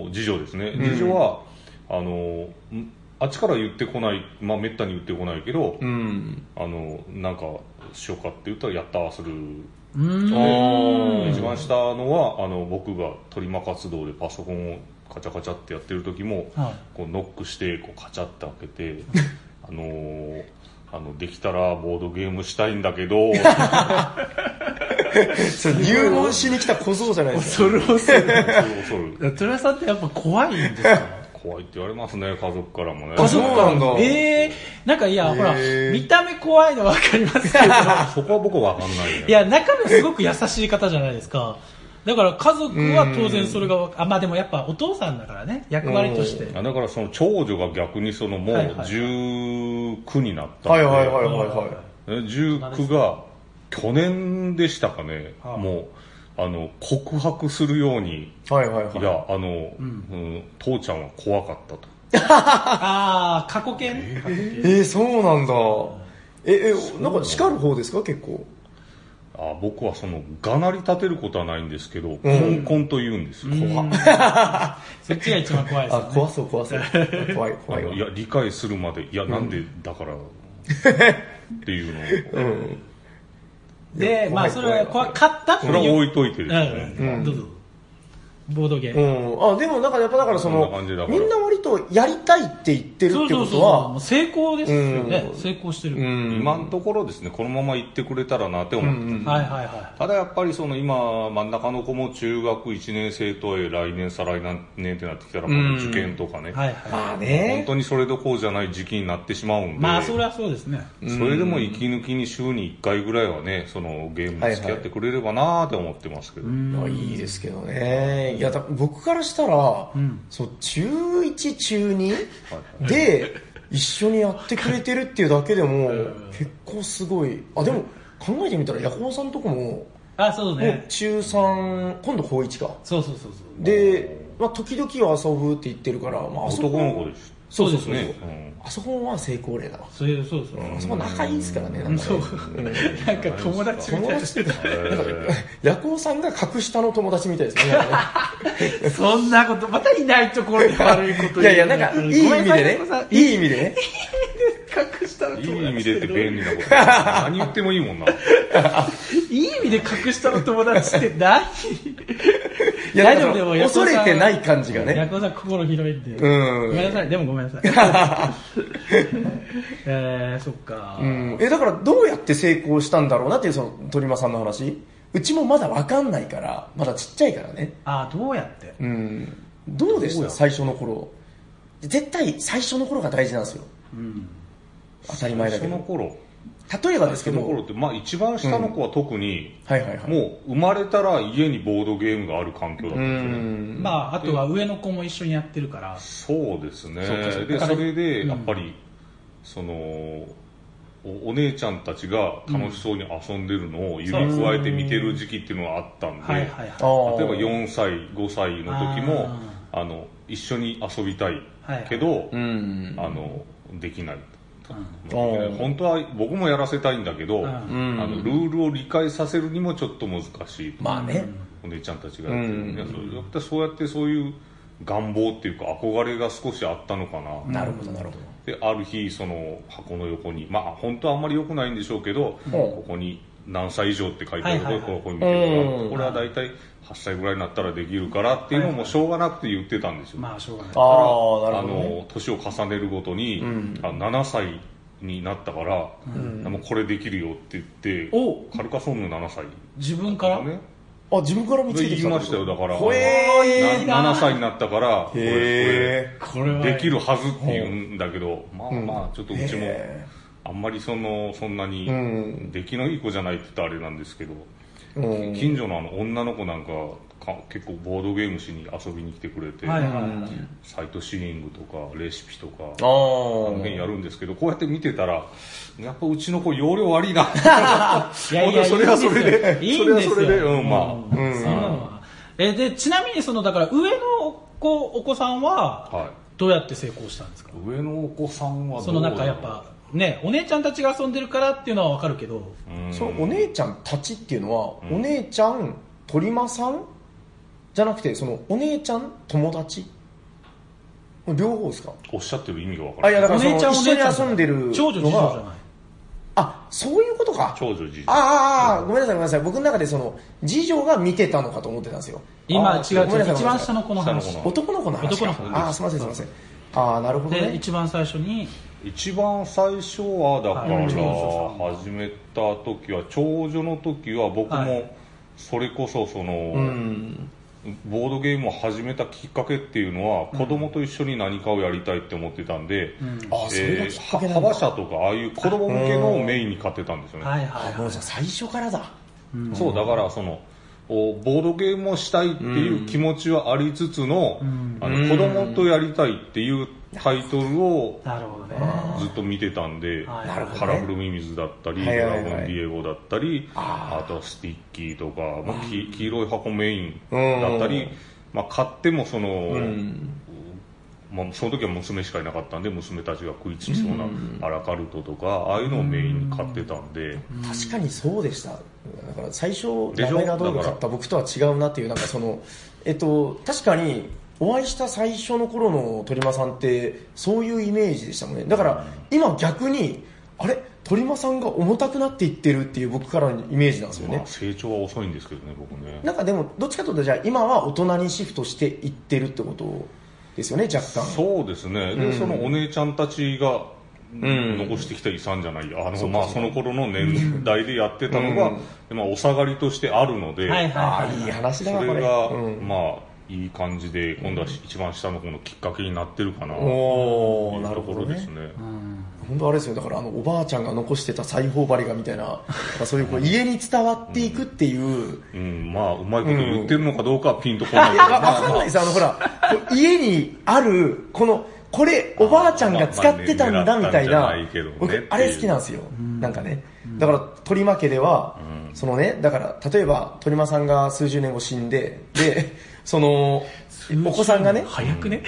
の次女ですね、次女はあのんあっちから言ってこない、まあ、めったに言ってこないけど、
うん。
あのなんかしようかって言ったらやったーする、
うーん。
一番下のはあの僕が取り魔活動でパソコンをカチャカチャってやってる時も、
はい
こうノックしてこうカチャって開けて
[laughs]
あのーあのできたらボードゲームしたいんだけど
[laughs] それ入門しに来た小僧じゃないですか。
それをす
[laughs]
る。
恐る
トラさんってやっぱ怖いんですか
怖いって言われますね家族からもね
あそうなんだ
ええなんかいや、
えー
ほら、見た目怖いのわかりますけど、
そこは僕は分かんないね
いや、中身すごく優しい方じゃないですか。だから家族は当然それがわか、あ、まあでもやっぱお父さんだからね、役割として。
いやだからその長女が逆にそのもう
はいはい
19になったん
は
で、
いはいはいはいはい。
え19が去年でしたかね、
はい
もうあの告白するように
はいはい
い
は
やあの、うん父ちゃんは怖かったと
ああ、過去形ね。
い。えー、そうなんだ。え、え、なんか叱る方ですか結構。
あ僕はそのがなり立てることはないんですけど、コ
ん
ンコンと言うんですよ、
うんそっちが一番怖いです
あ
よ、ね。、
怖そう怖そう。怖い
あ
怖い
の
わ
い。や理解するまでいやなんでだから、っていうのを
うん。
で、まあそれは怖かったって
それは置
いう。
いといてですね、
うん、どうぞ。ボードゲーム。
うん。あ、でもなんかやっぱだからそ
そんな
の
感じだ、から
みんな割とやりたいって言ってる
そ
っ
う
て
そ
こ
うそう。
と
もう
は、
成功ですよね。
うん
成功してる。
うん。
今のところですねこのまま行ってくれたらなって思
う
っ
ん
てます、
うん。
はいはいは
ただやっぱりその今真ん中の子も中学1年生とはいえ来年再来年ってなってきたらこの受験とかね、
い。はいはい。
まあ
本
ね。
当にそれどころじゃない時期になってしまうんで、
まあそれはそうですね。
それでも息抜きに週に1回ぐらいはねそのゲームに付き合ってくれればなーって思ってますけど、
まあいいですけどね。いや、だ僕からしたら、そう、中1、中2で一緒にやってくれてるっていうだけでも、結構すごい。あ、でも考えてみたら、ヤホーさんとこも、も
あ、そう
う
ね。
中3、今度高1か。
そうそうそうそう。
で、まあ時々は遊ぶって言ってるから、まああそこ
男の子です
そうそう
そ
そうう。
で
ね、うん
あそこは成功例だわ。
そういう、そうそう。
あそこ仲いいですからね、なんか [laughs]
そう
ね。。
なんか友達みたいなしてた。
ヤコウさんが格下の友達みたいですね。なんか
そんなこと、またいないところで悪いこと言う
ねいやいや、なんか、いい意味でね
ごめんなさい。
いい意味でね。
隠したの
いい
友達
意味でって便利な
[laughs]
こと何言ってもいいもんな
いい意味で隠したの友達って何
いや、
大丈夫
だから
でもヤコウさ
恐
ん
れてない感じが
ヤ
ね。
コウさん心広いんで。
うん
ごめんなさい、でもごめんなさい。
[laughs]
えー、そっか。
うん。え、だから、どうやって成功したんだろうなっていう、その、鳥間さんの話。うちもまだわかんないから、まだちっちゃいからね。
あー、どうやって
うん。どうでした最初の頃。絶対、最初の頃が大事なんですよ。当たり前だ
そ
け
の
ど。
頃
例えばですけ
そ
ど、
の頃
は
って、まあ、一番下の子は特に、
いはいはい。
もう生まれたら家にボードゲームがある環境だったん
う
ですよね、
ん。
まあ、あとは上の子も一緒にやってるから。
そうですね
そうかそうか
で
だか
そ
ら
れでやっぱり、そのおお姉ちゃんたちが楽しそうに遊んでるのを指加えて見てる時期っていうのがあったんで、
はいはい
あ
は
ー
例えば4歳5歳の時もあの一緒に遊びたいけど、
うん。
あのできないと、
うん
本当は僕もやらせたいんだけど、
うん
あのルールを理解させるにもちょっと難しいと、
まあね。
お姉ちゃんたちがやってる、
うん
いやそうやってそうやってそういう願望っていうか憧れが少しあったのかな
なるほど、なるほど。
である日その箱の横にまあ本当はあんまり良くないんでしょうけど、ここに何歳以上って書いてあるとこ
はい
ろ
はいはい
ここに見てもらう
うん
これは大体8歳ぐらいになったらできるからっていうのもしょうがなくて言ってたんですよ、
まあ、しょうがない。
ああ、な
あ
るほど、ね。
の年を重ねるごとに、
ん
あ7歳になったから、もうこれできるよって言って
お
カルカソンヌ7歳
自分から
ね
あ、自分から見つけて
言
き
い
たん
ま
で
し
す
たよだから
ほえ
いい
ー。
な
7歳になったからこれ
へ
これは。
できるはずって言うんだけど、まあまあちょっとうちも
へ
あんまりそのそんなに
うん
出来のいい子じゃないって言ったらあれなんですけど、
ー。うん。
近所のあの女の子なんかか結構ボードゲームしに遊びに来てくれて、
はいはい
サイトシーイングとかレシピとか
あ
あの
あ。
辺やるんですけどこうやって見てたらやっぱうちの子容量悪いな
いやいや
それはそれで
いいんですよ
それはそれで
いいんですよ
うんまあ、
うん
そんなのはえでちなみにそのだから上の子お子さんは
は
どうやって成功したんですか
い、上のお子さんはどう
そのなんかやっぱねお姉ちゃんたちが遊んでるからっていうのはわかるけど
うん
そのお姉ちゃんたちっていうのは、
ん
お姉ちゃん、鳥間さんじゃなくて、そのお姉ちゃん、友達両方ですか
おっしゃってる意味がわから
あ、
な
いや、
い
だからその
お姉ちゃんお
一緒
姉ちゃん
に遊んでる
長女次
の
女じゃ
が、
ない
あ、そういうことか。
長女次女
あーあーあー、ごめんなさいごめんなさい。僕の中でその、次女が見てたのかと思ってたんですよ。
今
あー
違う
ごめん
違
なさ
う
い
一番下の子の話
下の子
男の子の話か。
男の子
ああ、すみませんすみません。ああ、なるほど
で
ね。
一番最初に
一番最初はだか
はい
ら
長女
始めた時は長女の時は僕
は
もそれこそその、
うん。
ボードゲームを始めたきっかけっていうのは子供と一緒に何かをやりたいって思ってたんで、
ああ、それが
え
き
ー
っ
は
かけなんだ。
幅車とかああいう子供向けのをメインに買ってたんですよね、
はい
あ
はい
ーごめん
は
なさい、最初からだ。
そうだからそのおボードゲームをしたいっていう気持ちはありつつの,、あ
うん
の子供とやりたいっていうタイトルを
いなるほどね
ずっと見てたんで、
はい
なるほどね
カラフルミミズだったり、
はい
ド
はいは
ラ
い
ゴンディエゴだったり、
あ
あとはスティッキーとか、まあ、き黄色い箱メイン
うん
だったり、まあ、買ってもその、
うん。
まあ、その時は娘しかいなかったんで、娘たちが食いつきそうなアラカルトとか、ああいうのをメインに買ってたんで、
確かにそうでした。だから最初、
で
ラ
しょ
メがどうか買った僕とは違うなっていう、なんかその、えっと、確かに、お会いした最初の頃の鳥間さんって、そういうイメージでしたもんね。だから、今逆に、あれ鳥間さんが重たくなっていってるっていう僕からのイメージなんですよね。
まあ、成長は遅いんですけどね、僕ね。
なんかでも、どっちかというと、じゃあ今は大人にシフトしていってるってことですよね、若干。
そうですね、でそのお姉ちゃんたちが
ん
残してきた遺産じゃない、あのそまあ、その頃の年代でやってたのが、でまあ、お下がりとしてあるので、
はいはい
ああ、いい話
そ
だな、こ
れ
れ。
が、
うん、
まあ、いい感じで、今度は一番下の子のきっかけになってるかなと
お
い
ー、
う
なる
と
ほ
こ
ど
ろです
ね。
ね。
本当あれですよ、だからあの、おばあちゃんが残してた裁縫針がみたいな、そういうこう家に伝わっていくっていう、
うん、まあ、うまいこと言ってるのかどうかはピンとこない
い
け
や、
ど、
わわかんないです、あの、ほら、こう家にある、この、これ、おばあちゃんが使ってたんだ、みたいな
まあまあね狙ったんじゃないけどね。っていう
僕、あれ好きなんですよ。なんかね。だから、鳥間家では、そのね、だから、例えば、鳥間さんが数十年後死んで、で、その、お子さんがね、
早く [laughs] ね。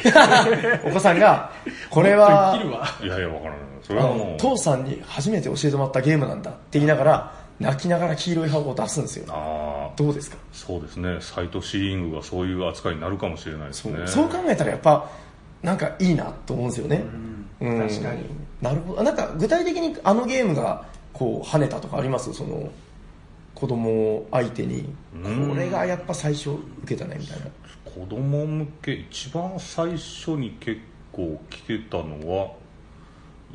お子さんが、これ
生きる
は、
わ。
いやいや、わからない。そ
あ
れはも
の
う、
父さんに初めて教えてもらったゲームなんだって言いながら、泣きながら黄色い箱を出すんですよ。
ああ、
どうですか
そうですね、サイトシーイングがそういう扱いになるかもしれないですね。
そう考えたらやっぱなんかいいなと思うんですよね、うん
確かに
なるほどなんか具体的にあのゲームがこう跳ねたとかありますその子供を相手に
うん
これがやっぱ最初受けたねみたいな
子供向け一番最初に結構来てたのは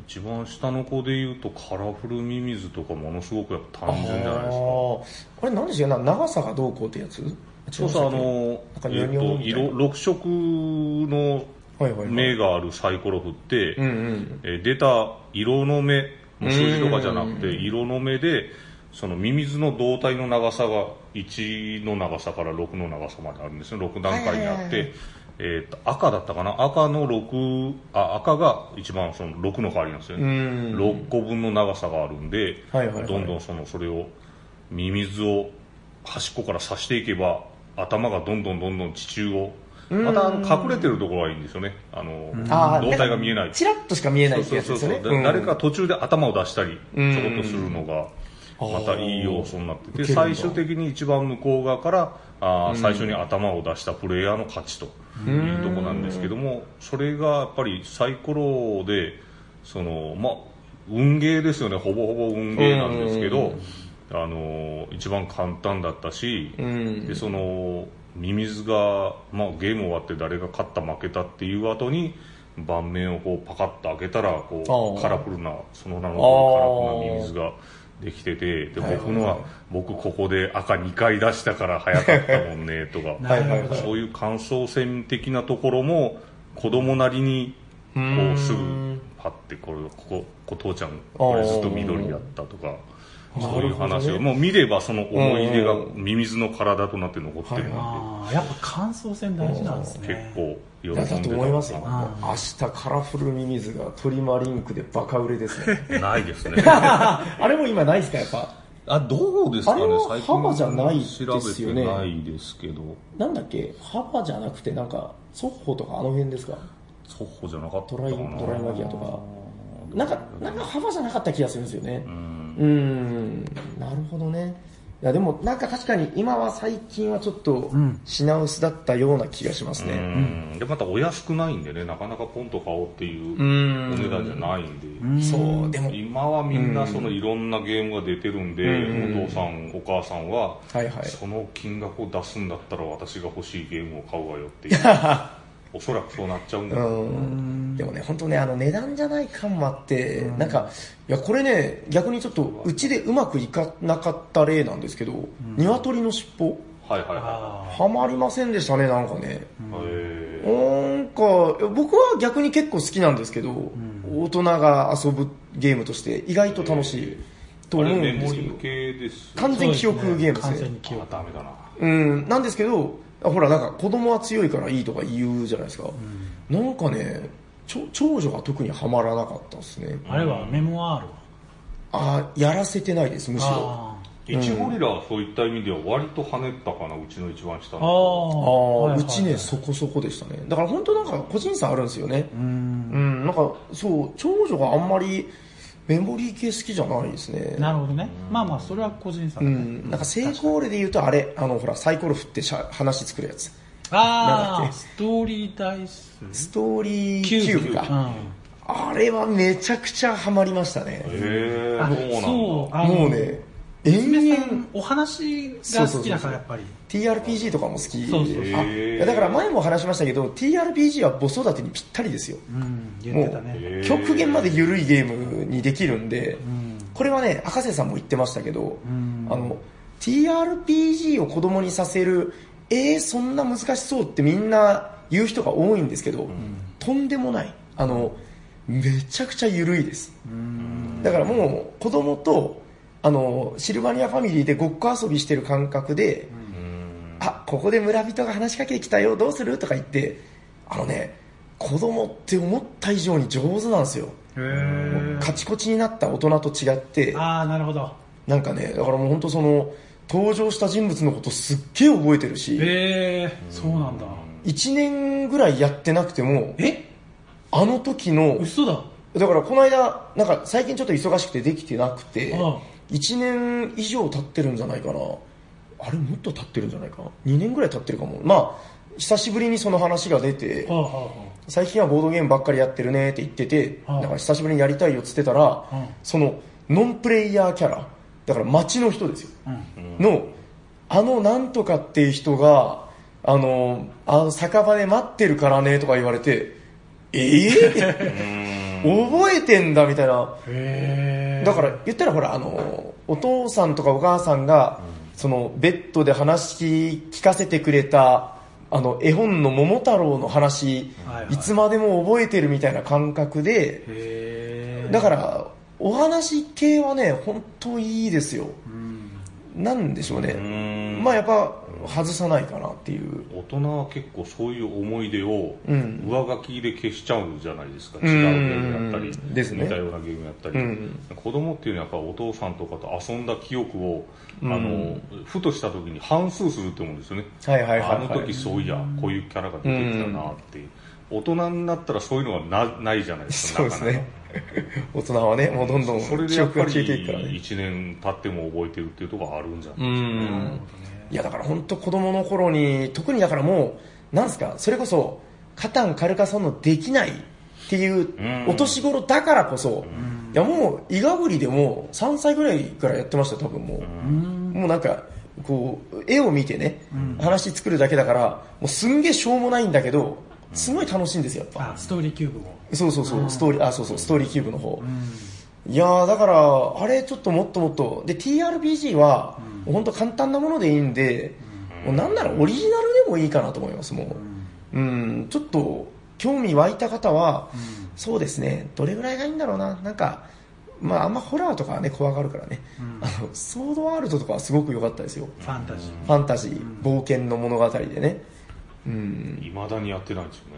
一番下の子でいうとカラフルミミズとかものすごくやっぱ単純じゃないですか
あーあれ何でしたっけな長さがどうこうってやつ
そうそうあの
なんか、
え
ヨニョ
ー、
ン
と
みたいな
色6色の
はいはいはい
目があるサイコロ振って、
うんうん
えー出た色の目もう数字とかじゃなくて色の目でそのミミズの胴体の長さが1の長さから6の長さまであるんですね6段階にあ
はいはい
って、
はいはい
えーと赤だったかな赤の6あ赤が一番その6の代わりなんですよ
う
ね
ん
6個分の長さがあるんで、
はいはいはい
どんどんそのそれをミミズを端っこから刺していけば頭がどんどんどんどん地中をまたあの隠れてるところがいいんですよねあの
あー
胴体が見えない
チラッとしか見えないってやつ
そう
です
そう
よ
そ
ね
う、だ誰か途中で頭を出したりちょ
ん
こっとするのが、
ー
またいい要素になって
受け
て
るんだ
最終的に一番向こう側からあー最初に頭を出したプレイヤーの勝ちというところなんですけどもそれがやっぱりサイコロでその、まあ、運ゲーですよねほぼほぼ運ゲーなんですけどあのー一番簡単だったし
うん
でそのミミズが、まあ、ゲーム終わって誰が勝った負けたっていう後に盤面をこうパカッと開けたらこ
あ
う
あ
カラフルなその名の
ああ
カラフルなミミズができててで
はいはいはい
僕のは僕ここで赤2回出したから早かったもんね
[laughs]
とか
な
はい
る
はい
ほ
は
ど。
そういう感想戦的なところも子供なりにこ
うーん
うすぐパッてこれこここ父ちゃんこれずっと緑やったとかそうい
な
う
るほ
話
ど
を
ね
もう見ればその思い出が
うん
ミミズの体となって残ってるの
ああ、やっぱ感想戦大事なんです
で
ね。
結構喜ん
い
で
や
た
だと思いますよ
な
あ
明日カラフルミミズがトリマリンクでバカ売れですね
ないですね
[laughs] あれも今ないですかやっぱ
あどうです
かねあれは最近浜じゃないですよね調べてない
ですけど
なんだっけ幅じゃなくてなんかソッホとかあの辺ですか
ソッホじゃなかった
ト
か
ラ
な
イトライマギアとかなんかなんか幅じゃなかった気がするんですよね
うん
うーんなるほどねいやでもなんか確かに今は最近はちょっと品薄だったような気がします
う
ね
んでまたお安くないんでねなかなかポンと買おうっていう
う
お
ん
値段じゃないんで、
そうでも
今はみんなそのいろんなゲームが出てるんで、
うん
お父さんお母さんは、
はいはい
その金額を出すんだったら私が欲しいゲームを買うわ
[laughs]
よっていうおそらくそうなっちゃうんだろう
うんでもね、本当ね、あの値段じゃない感もあって、なんか、いや、これね、逆にちょっと、うちでうまくいかなかった例なんですけど、鶏の尻尾、
はいはいは
あ
はまりませんでしたね、なんかね。
いへえ
なんか、僕は逆に結構好きなんですけど、大人が遊ぶゲームとして、意外と楽しいと
あ
思う
れ
ん
メ
で
モ
す
リ
けど
ー、系です
完全記憶ゲームです
完
ね
全に記
あ
憶。
ダメだな
うん、なんですけど、あほら、なんか子供は強いからいいとか言うじゃないですか。なんかね、ちょ長女が特にはまらなかったですね。
あれはメモワールは
あやらせてないです、むしろ。
あ
イチゴリラはそういった意味では割と跳ねったかなうちの一番下
あ。
の
あ
はいはいは
あ、
いう
ちね、そこそこでしたね。だから本当なんか個人差あるんですよね。うん。なんか、そう、長女があんまりメモリー系好きじゃないですね。
なるほどね。まあまあ、それは個人差だ
う
ね。
ん。なんか成功例で言うとあれ、あの、ほら、サイコロ振ってしゃ話作るやつ。なん
あ
だ
あ、
っ
ストーリーダイス。
ストーリー
キュー
キ
ブ
ューブ
うん
か。。あれはめちゃくちゃハマりましたね。
へえ
あ
そうなんだ
あの
もうね、延
娘さ
々
ん、お話が好きだから、やっぱり。
TRPG とかも好き
そうそうそう
あ
へー
いやだから前も話しましたけど TRPG は子育てにぴったりですよ
うん、言
も
ってたね。
う
ね
極限まで緩いゲームにできるんで、これはね赤瀬さんも言ってましたけど、あの TRPG を子供にさせるえー、そんな難しそうってみんな言う人が多いんですけど、とんでもないあのめちゃくちゃ緩いです、だからもう子供とあのシルバニアファミリーでごっこ遊びしてる感覚で、あここで村人が話しかけてきたよどうするとか言ってあのね子供って思った以上に上手なんですよ
へえ。
カチコチになった大人と違って
ああ、なるほど。
なんかねだからもう本当その登場した人物のことすっげえ覚えてるし
へえ、そうなんだ。
1年ぐらいやってなくても
え
あの時の
嘘だ。
だからこの間なんか最近ちょっと忙しくてできてなくて
ああ
1年以上経ってるんじゃないかなあれもっと経ってるんじゃないかな2年ぐらい経ってるかもまあ久しぶりにその話が出て
はあはあは
最近はボードゲームばっかりやってるねって言ってて、
はい
だから久しぶりにやりたいよっつってたら、
うん
そのノンプレイヤーキャラだから街の人ですよ、
あ。うん。
のあのなんとかっていう人があのあの酒場で待ってるからねとか言われてええ覚えてんだみたいな
へえ。
だから言ったらほらあのお父さんとかお母さんが、そのベッドで話聞かせてくれたあの絵本の「桃太郎」の話、
はい
い
はい
つまでも覚えてるみたいな感覚で
へえ。
だからお話系はね本当いいですよ、なんでしょうね、
うん
まあやっぱ外さないかなっていう
大人は結構そういう思い出を
うん
上書きで消しちゃうじゃないですか、
ん
違うゲームやったり、
うんですね
似たようなゲームやったり、
うん
子供っていうのはやっぱお父さんとかと遊んだ記憶を、
うん
あのふとした時に反数すると思うんですよね、
はいはいはい、はい、
あの時そういやこういうキャラが出てきたなって、大人になったらそういうのはなないじゃないですか
そうですね
なかなか
[laughs] 大人はね、もうどんどん
それで
記
やっ
憶
ぱ
が
り
消えていくからね。
1年経っても覚えてるっていうところがあるんじゃ
う
ない
ん。いや、だから本当子供の頃に、特にだからもう、なんすか、それこそ、カタン、カルカソンのできないっていううんお年頃だからこそ、いやもう、イガグリでも3歳ぐらいからやってましたよ、多分もう。もうなんか、こう、絵を見てね、話作るだけだから、もうすんげえしょうもないんだけど、すごい楽しいんですよ、やっぱ。
あストーリーキューブを
そうそうそう、ストーリー、あ、そうそう、ストーリーキューブの方。いやー、だから、あれちょっともっともっと、で、TRPG は、もうほんと簡単なものでいいんで、もうなんならオリジナルでもいいかなと思います、もう。うん、ちょっと、興味湧いた方は、そうですね、どれぐらいがいいんだろうな、なんか、まああんまホラーとかはね、怖がるからね、あの、ソードワールドとかはすごく良かったですよ。
ファンタジー
ファンタジー、冒険の物語でね。うん、
いまだにやってないんですよね。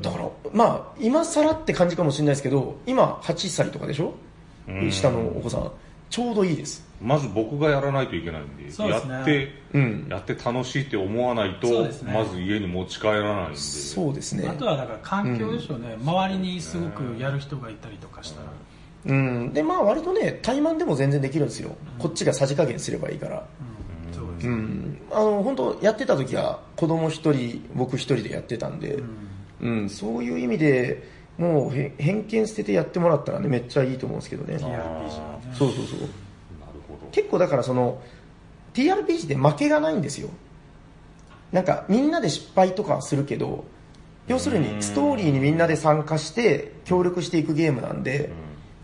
だから、まあ、今更って感じかもしれないですけど、今、8歳とかでしょ、
うん
下のお子さん。ちょうどいいです。
まず僕がやらないといけないんで、
そうで
や
すね
って、
うん
やって楽しいって思わないと、
そうですね
まず家に持ち帰らないんで。
そうですね
あ。とはだから環境でしょうね、周りにすごくやる人がいたりとかしたら、
うん。で、まあ、割とね、怠慢でも全然できるんですよ。こっちがさじ加減すればいいから。
うんそうです
う
ね、
ん。あの、本当やってた時は、子供一人、僕一人でやってたんで、うん、そういう意味で、もうへ、偏見捨ててやってもらったらね、めっちゃいいと思うんですけどね。
TRPG はね
そうそうそう。
なるほど。
結構だからその TRPG って負けがないんですよなんかみんなで失敗とかはするけど要するにストーリーにみんなで参加して協力していくゲームなんで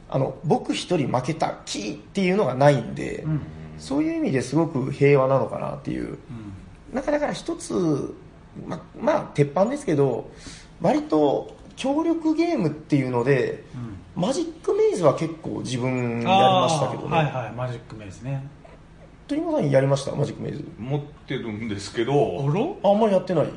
あの僕一人負けたキーっていうのがないんで、そういう意味ですごく平和なのかなっていう、なんかだから一つままあ鉄板ですけど割と協力ゲームっていうので、マジックメイズは結構自分やりましたけどね、
あーはいはいマジックメイズね
鳥山さんやりましたマジックメイズ
持ってるんです
お
けど、
ろ
ああんまりやってない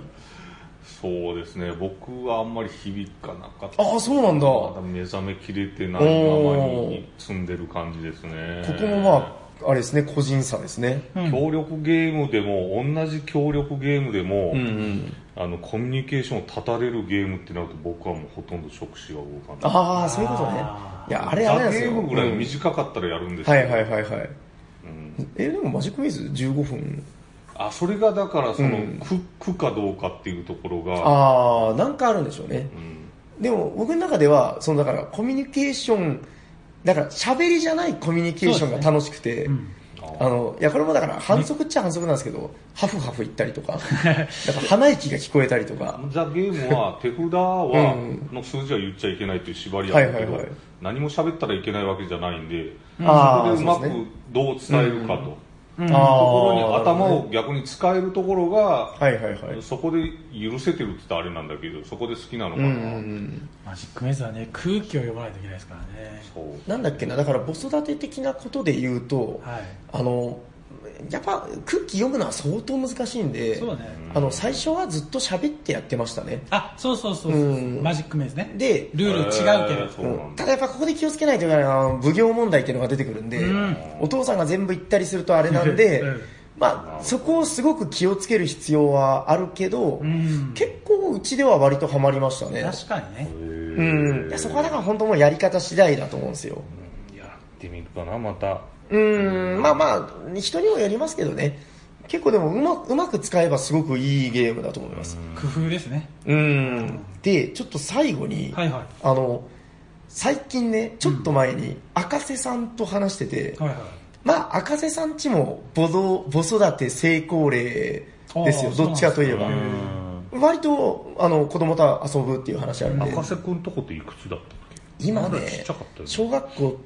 そうですね、僕はあんまり響かなかった。
ああそうなんだ
まだ
こ
目覚めきれてないままに積んでる感じですね。
こもまああれですね個人差ですね
協力ゲームでも、同じ協力ゲームでも、
ん
あの、コミュニケーションを断たれるゲームってなると、僕はもうほとんど触手が動かない。
ああそういうことね
あ
いやあれあれなん
ザ
です
ゲ
よ
ームぐらい
うん
短かったらやるんですけ
は
ど、
いはいはいはい
うん
えでもマジックメイズ15分
あそれがだからその、
うん
苦苦かどうかっていうところが、
ああなんかあるんでしょうね
うん
でも僕の中ではそのだからコミュニケーションだから喋りじゃないコミュニケーションが楽しくて、あのいやこれもだから反則っちゃ反則なんですけど、ハフハフ言ったりと
[laughs]
かなんか鼻息が聞こえたりとか
ザ・ゲームは手札は、の数字は言っちゃいけないという縛りあるけど、
はいはいはい
何も喋ったらいけないわけじゃないんで、
あー
そこでうま
そう
く
ですね
どう伝えるかと。
あー
ところに頭を逆に使えるところが、
はいはいはい
そこで許せてるって言ったらあれなんだけどそこで好きなのかな、
マジックメイズはね空気を読まないといけないですからね
そう
なんだっけな、だから子育て的なことで言うと、
はい
あの、やっぱ空気読むのは相当難しいんで、
そうね
あの、最初はずっと喋ってやってましたね。
あそうそうそうそう
うん
マジックメイズね
で、
ルール違うけ
え
ど
ー、そうなんだ
ただやっぱここで気をつけないといけないのはあの奉行問題っていうのが出てくるんで、お父さんが全部言ったりするとあれなんで、
うん
まあ、そこをすごく気をつける必要はあるけど、
ん
結構うちでは割とハマりましたね。
確かにね
うん、いやそこはだから本当もうやり方次第だと思うんですよ。
やってみるかなまた
うーん、まあまあ、人にもよりますけどね。結構でもうまうまく使えばすごくいいゲームだと思います。
工夫ですね
うーん。で、ちょっと最後に、
はいはい
あの、最近ね、ちょっと前に赤瀬さんと話してて、
はいはい
まあ赤瀬さんちも母ど母育て成功例ですよ、
ああ
どっちかといえ
そ
ば
う。なんで
割とあの子供と遊ぶっていう話あるんで、
博士くんとこっていくつだったっけ
今
まだち
ね
っちゃかった、よね
小学校、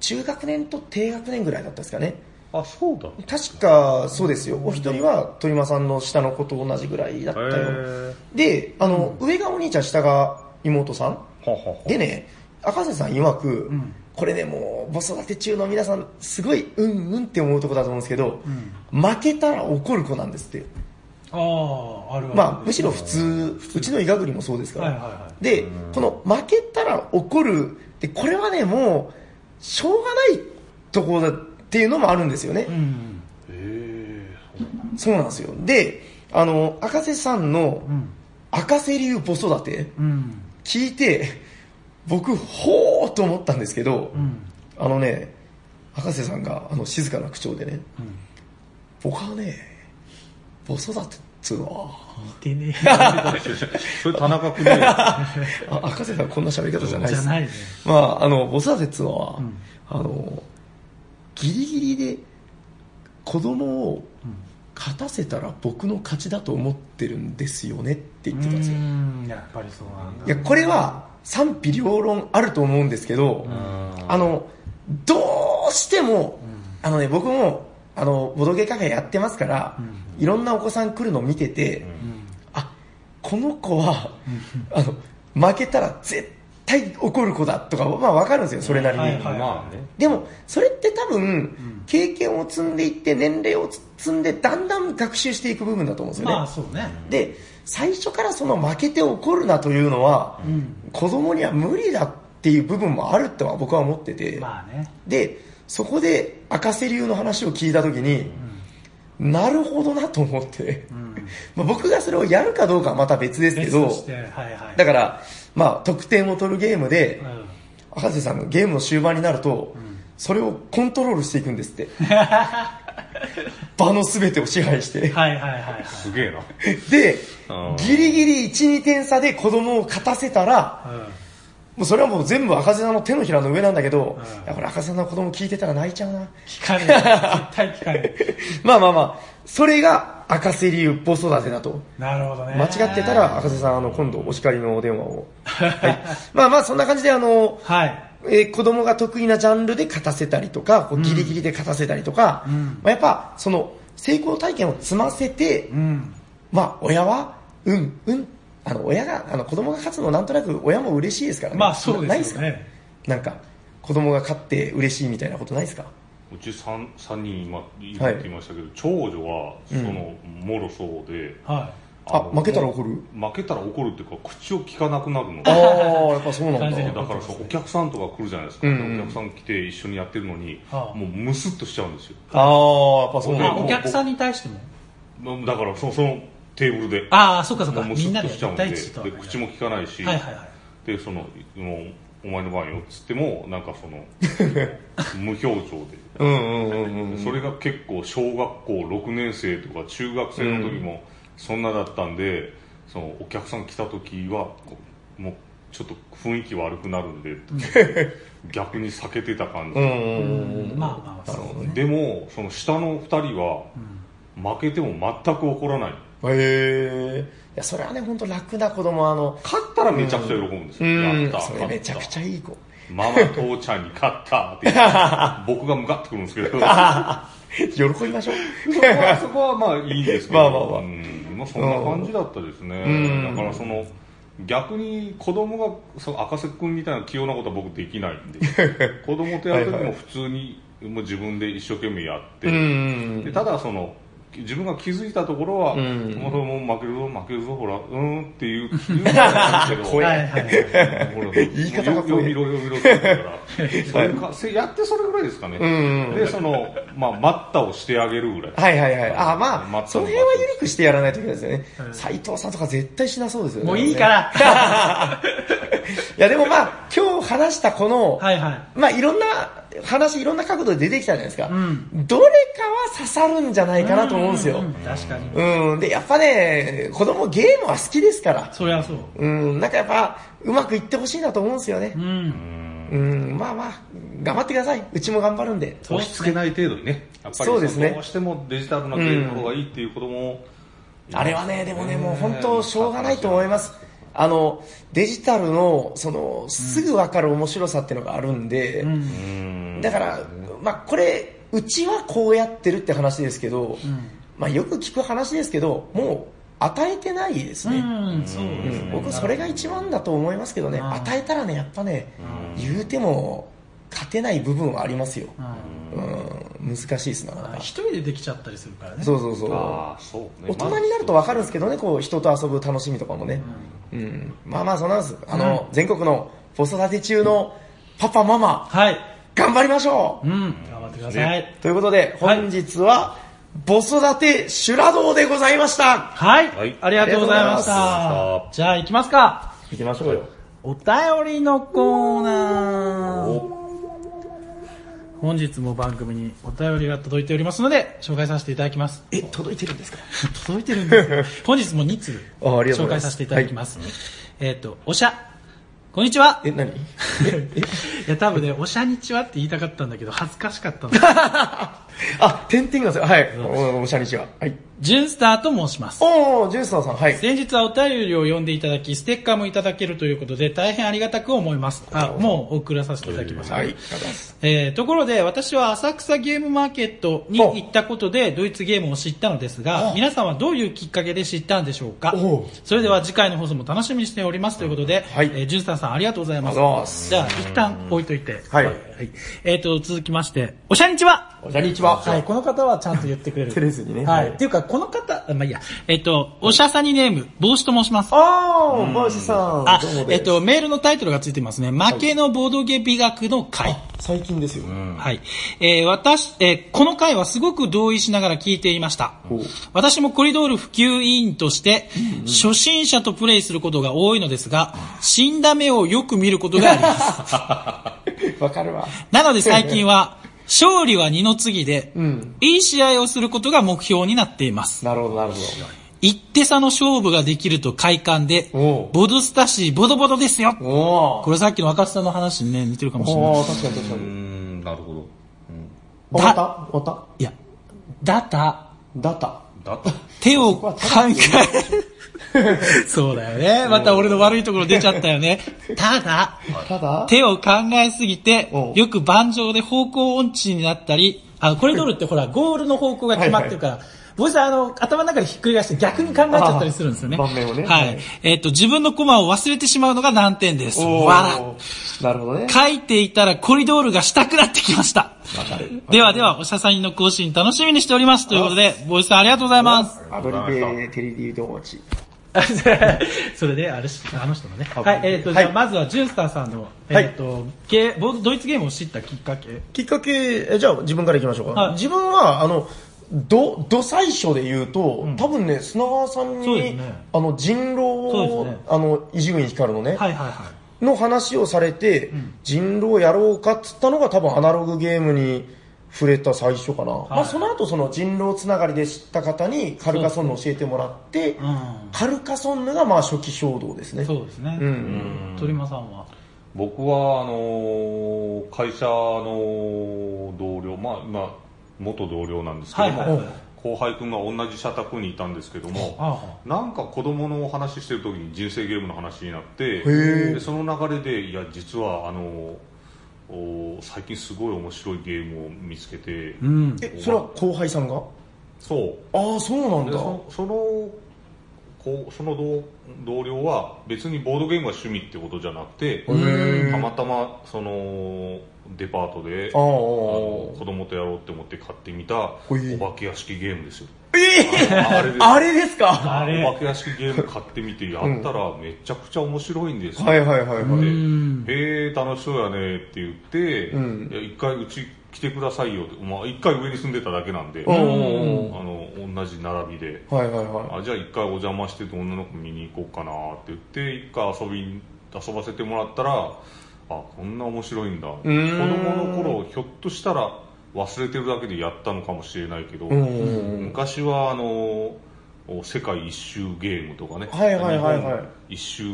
中学年と低学年ぐらいだったですかね。
あそうだへ
確かそうですよお一人は鳥間さんの下の子と同じぐらいだったよ
え
であの、上がお兄ちゃん下が妹さん
ははは
でね赤瀬さん曰く、これねもう子育て中の皆さんすごいうんうんって思うとこだと思うんですけど、負けたら怒る子なんですって
あああるある
まあむしろ普通うちのイガグリもそうですから、
はいはいは
でこの負けたら怒るでこれはねもうしょうがないところだっていうのもあるんですよね、
うん
え
そうなんですよ。で、あの、赤瀬さんの
ん、
赤瀬流子育て、
うん
聞いて、僕、ほーと思ったんですけど、
うん
あのね、博士さんがあの静かな口調でね、僕はね、ボソだっつうのは、
似てね
それ田中君だよ。
あ博士さんこんな喋り方じゃ
え
ない
じ
で
ゃ
す。
ないね
まあ、あの、ボソだてっつうのは、
ん
あの、ギリギリで子供を勝たせたら僕の勝ちだと思ってるんですよねって言ってたんですよ。
うんやっぱりそうなんだ
いや、これは賛否両論あると思うんですけど、あの、どうしても、あのね、僕も、あの、ボドゲカフェやってますから、いろんなお子さん来るの見てて、あ、この子は、あの、負けたら絶対怒る子だとか、まあわかるんですよ、それなりに。
はいはい
まあね。
でも、それって多分、経験を積んでいって、年齢を積んで、だんだん学習していく部分だと思うんですよね。
まあそうね
で、最初からその負けて怒るなというのは、子供には無理だっていう部分もあるとは僕は思ってて、
まあね
で、そこで赤瀬流の話を聞いたときに、なるほどなと思って、まあ僕がそれをやるかどうかはまた別ですけ
別と
ど、
してはいはい
だから、まあ得点を取るゲームで、
うん
赤瀬さんがゲームの終盤になると、それをコントロールしていく
[laughs]
んですって。場の全てを支
[laughs]
配して。
はいはいはいはい
すげえな。
で
うん、
ギリギリ1、2点差で子供を勝たせたら、
う
もうそれはもう全部赤瀬さんの手のひらの上なんだけど
うん、
やっぱり赤瀬さんの子供聞いてたら泣いちゃうな。
ん聞
[laughs]
かれない絶対聞かれない
[laughs] まあまあまあ、それが赤瀬流ボ育てだと。
なるほどね
間違ってたら赤瀬さん、あの、今度お叱りのお電話を。はい。 [laughs] まあまあ、そんな感じであの、
はい
えー子供が得意なジャンルで勝たせたりとか、こうギリギリで勝たせたりとか、まあ、やっぱその成功体験を積ませて、
うん
まあ親は、うん、うん、あの親が、あの子供が勝つのなんとなく親も嬉しいですからね。
まあそう
なな
で
いですす
よ
か
ね
なんか、子供が勝って嬉しいみたいなことないですか
うち三三人今、今って言いましたけど、長女は、その、もろそうで、
は
あ
の
負けたら怒る
負けたら怒るっていうか、口を聞かなくなるの
ああ、
で。
やっぱそうなん
完 [laughs] 全に
だ。
だからそうお客さんとか来るじゃないですか、
うんうん
でお客さん来て一緒にやってるのに、
はあ
もうムスッとしちゃうんですよ
ああ、やっぱそう
い
なん
あ
だ。
お客さんに対しても
だからそそのテーブルで
ああそうかそう
も
か
うム
み
ス
ん
ッ
な
と
で
しちゃう
1
んで
対
で
1とは
口も聞かないし、
はいはいはい
でそのもうお前の番よっつってもなんか
[laughs]
その無表情で
うんうんうんうん。
それが結構小学校6年生とか中学生の時もそんなだったんで、そのお客さん来た時はこうもうちょっと雰囲気悪くなるん
[laughs]
で、逆に避けてた感じ、
うんうんうん。
まあまあそう
でもその下の2人は負けても全く怒らない
へえ。いや、それはね、本当楽な子供はあの、
勝ったらめちゃくちゃ喜ぶんです
う
よ、や
ん
った、
それめちゃくちゃ
ゃ
いい子。
ママ父ちゃんに勝ったって言っ
[laughs]
て僕が向かってくるんですけど [laughs]
喜びましょう。
まあそこはまあいいんですけど、
まあまあまあ
うんまあそんな感じだったですね、
うん
だからその逆に子供がそう赤瀬君みたいな器用なことは僕できないんで子供とやる時も普通にもう自分で一生懸命やって、
うんうんう
で
ん。
ただその自分が気づいたところは、
ん
もうもう負けるぞ負けるぞほらうーんっていう言うんだけど
怖
はいはいはい
ほら
言い方が怖い
よよ見ろよ見ろって言うからそういうかせやってそれぐらいですかね、
ん
でその、まあ、待ったをしてあげるぐらい、
はいはいはい。あ、ま
待
あ、
った
その辺は緩くしてやらないといけないですよね。斎藤さんとか絶対しなそうですよね。
もういいか。
[laughs]
ら
[laughs] いやでもまあ、今日話したこの、
はいはい
まあいろんな話、いろんな角度で出てきたじゃないですか。
ん
どれかは刺さるんじゃないかなと思うんですよ。
確かに
うん。で、やっぱね、子供ゲームは好きですから。
そりゃそう
うん。なんかやっぱ、うまくいってほしいなと思うんですよね
う。ん
うん。まあまあ、頑張ってください。うちも頑張るんで。
そう
押し付けない程度にねやっぱり
そうですね
どうしてもデジタルなゲームの方がいいっていう子供も、
あれはね、でもね、もう本当、しょうがないと思います。あの、デジタルの、その、すぐわかる面白さっていうのがあるんで、だから、まあこれ、うちはこうやってるって話ですけど、まあよく聞く話ですけど、もう、与えてないです
う
ね。
んそうですね
僕、それが一番だと思いますけどね、
ん
与えたらね、やっぱね、言うても、勝てない部分はありますよ。
うん
うん、難しいですな。
一人でできちゃったりするからね
そうそうそう。
ああそうね
大人になると分かるんですけどね、こう、人と遊ぶ楽しみとかもね。うん。まあまあ、そうなんです。あの、全国の子育て中のパパ、ママ、
はい
頑張りましょ
うん頑張ってください
うん、ということで、本日は、子育て修羅道でございました
はい、
はい
ありがとうございました
ありがとうございまし
じゃあ行きますか
行きましょうよ。
お便りのコーナー本日も番組にお便りが届いておりますので、紹介させていただきます。
え、届いてるんですか
[laughs] 届いてるんですよ。
[laughs]
本日も2通
あありがと
紹
うございます
介させていただきます。えっ、と、おしゃ、こんにちは。
え、何え、え、
いや、多分ね、おしゃにちはって言いたかったんだけど、恥ずかしかった
[laughs]
の。
あ、点々がさ、はい。おおしゃにちは。はい。
ジュンスターと申します。
おー、ジュンスターさん、はい。
先日はお便りを読んでいただき、ステッカーもいただけるということで、大変ありがたく思います。あ、もう送らさせていただきます。
はい。ありがとうございます。
えーところで、私は浅草ゲームマーケットに行ったことで、ドイツゲームを知ったのですが、皆さんはどういうきっかけで知ったんでしょうか
おう
それでは次回の放送も楽しみにしておりますということで、
はい
えージュンスターさんありがとうございます。
ありがとうございます
じゃあ、一旦置いといて。
はい
えーと、続きまして、おしゃにちは
おしゃにちは。
はい、この方はちゃんと言ってくれる。
[laughs] 照れずにね
はい。
はい
っていうか、この方、あまあ、いいや。えっと、おしゃさにネーム、帽子と申します。
あー、マーシさん。
あ
どうも、です
えっと、、メールのタイトルがついてますね。負けのボードゲ美学の会。
最近ですよ。
はい。えー私、えーこの回はすごく同意しながら聞いていました
ほう。
私もコリドール普及委員として、初心者とプレイすることが多いのですが、死んだ目をよく見ることがあります。
[laughs] わかるわ。
なので最近は、勝利は二の次で、いい試合をすることが目標になっています。
なるほど、なるほ
一手差の勝負ができると快感で、
おう
ボドスタシーボドボドですよ
ど。お
これさっきの若狭さんの話にね、似てるかもしれない。
おー、確かに確か
うー
に。
んなるほど
終わった終わ
いや、だた、
ったダタ。
だと
手を考え、 [laughs] そうだよね。 [laughs] また俺の悪いところ出ちゃったよね。ただ、
ただ、
手を考えすぎて
お、う
よく盤上で方向音痴になったり、あ、これ取るってほら、ゴールの方向が決まってるから、ボイさん、あの、頭の中でひっくり返して逆に考えちゃったりするんですよね。
あ盤面をね
は
はい
い。えっと、自分の駒を忘れてしまうのが難点です。
お
わら。
ー。なるほどね。
書いていたらコリドールがしたくなってきました。ではでは、おしゃさんの更新楽しみにしております。ということで、ボイさんありがとうございます。
アドリベテリディドーチ。
あそれ [laughs] それで、あれし、あの人のね。はい、えっ、と、じゃあ、まずはジュンスターさんの、えっ、と、ゲーボードドイツゲームを知ったきっかけ。
きっかけ、えじゃあ自分からいきましょうか。
はい
自分は、あの、ど、ど最初で言うと、多分ね、砂川さん
そうです
に、
ね
あの、人狼
そう
を、
ですね
あの、伊集院光の
は
ね、
いはいはい。
の話をされて、人狼やろうかっつったのが多分アナログゲームに触れた最初かな。まあその後その人狼つながりで知った方にカルカソンヌを教えてもらって、
うん
カルカソンヌがまあ初期衝動ですね。
そうですね。
うん。
鳥間さんは。
僕はあのー会社の同僚まあ今元同僚なんですけども、
はいはいはい
後輩君が同じ社宅にいたんですけども
あ
なんか子供のお話ししてる時に人生ゲームの話になって
ー
でその流れでいや実はあのお最近すごい面白いゲームを見つけて、
うん。
え、それは後輩さんが
そう
ああ、そうなん
で
だ。
そそのこうその同同僚は別にボードゲームが趣味ってことじゃなくて
ー
たまたまそのデパートで
あ
あ
ー
の子供とやろうって思って買ってみたお
い
化け屋敷ゲームですよ
ええ
あれです
あれですか
あお化け屋敷ゲーム買ってみてやったらめちゃくちゃ面白いんですよ、
はいはいはいはい。
うん。
へえ楽しそうやねって言って、
うん
いや一回うち来てくださいよって、まあ、一回上に住んでただけなんで、
おうおう
あの同じ並びで
はいはいは
あじゃあ一回お邪魔してて女の子見に行こうかなって言って一回遊びに遊ばせてもらったらあこんな面白いんだ子
ーん
供の頃ひょっとしたら忘れてるだけでやったのかもしれないけど
い。うんうんうん。
昔はあの世界一周ゲームとかね、
はいはいはいはい
日本一周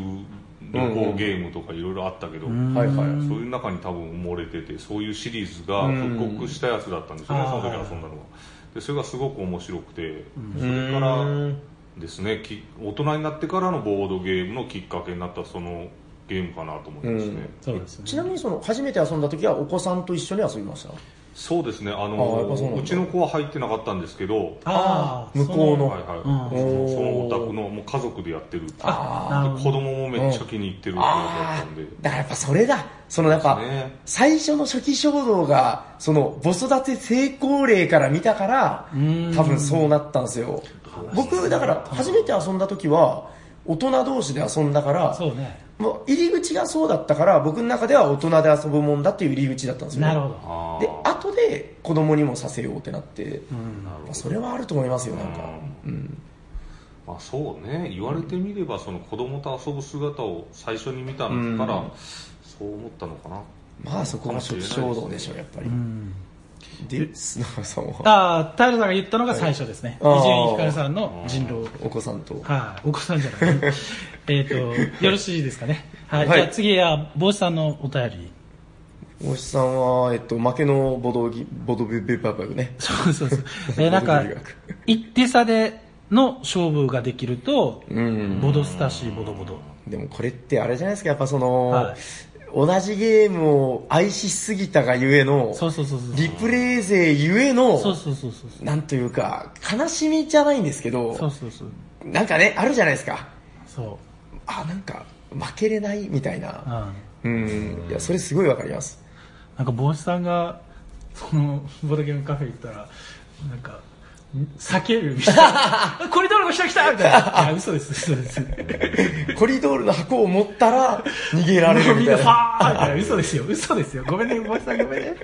旅行ゲームとかいろいろあったけど、
はいはい。
そういう中に多分埋もれててそういうシリーズが復刻したやつだったんですよね、
うん
その時
あー
遊んだのはでそれがすごく面白くて、そうれから
ーん
ですねき大人になってからのボードゲームのきっかけになったそのゲームかなと思いますね、
うん
そうですね。
ちなみにその初めて遊んだ時はお子さんと一緒に遊びました
そうですねあ
あーやっ
の
ぱそうなんだ
うちの子は入ってなかったんですけど
ああ、
向こう
は
の
いはい、
うん
そのお宅のもう家族でやってるっていう
その。なる
で
ほど。
子供もめっちゃ気に入ってるっていうのだったんで、
だからやっぱそれだそのやっぱ、
ね
最初の初期衝動がその母育て成功例から見たから多分そうなったんですよ僕だから初めて遊んだ時は大人同士で遊んだから
そうね。
もう入り口がそうだったから僕の中では大人で遊ぶもんだっていう入り口だったんですよ
なるほど。
あー
で後で子供にもさせようってなって、
なるほど
それはあると思いますよなんか、
うんまあそうね言われてみればその子供と遊ぶ姿を最初に見たのから、
うん
そう思ったのかな
まあそこが初期衝動でしょう、やっぱり。で、砂川さんは、
ああ、平さんが言ったのが最初ですね。伊
はい
集院光さんの人狼。
お子さんと。
はい、お子さんじゃない。えっと、よろしいですかね。はい、
はい
じゃあ次は、帽子さんのお便り。
大石さんは、えっと、負けのボドギ、ボドビビパパね。
そうそうそう。え、なん
[laughs]
か
ボドゲ学、
一手差での勝負ができると、
うん。
ボドスタシーボドボド。
でもこれってあれじゃないですか、やっぱその、
はい
同じゲームを愛しすぎたがゆえの、
そうそうそうそう。
リプレイ勢ゆえの、
そうそうそうそう。
なんというか、悲しみじゃないんですけど、
そうそうそう。
なんかね、あるじゃないですか。
そう。
あ、なんか、負けれないみたいな。
うん。
うん。いや、それすごいわかります。
なんか帽子さんが、その、ボードゲームカフェ行ったら、なんか、避けるみたいな。
[laughs]
コリドールの人来たみたいな。いや、嘘です、嘘です。
コリドールの箱を持ったら、逃げら
[laughs]
れ
もう
るみ
みん
た
な、
いな。
ファーみたいな。嘘ですよ、嘘ですよ。ごめんね、帽子さんごめん
[laughs]
ね。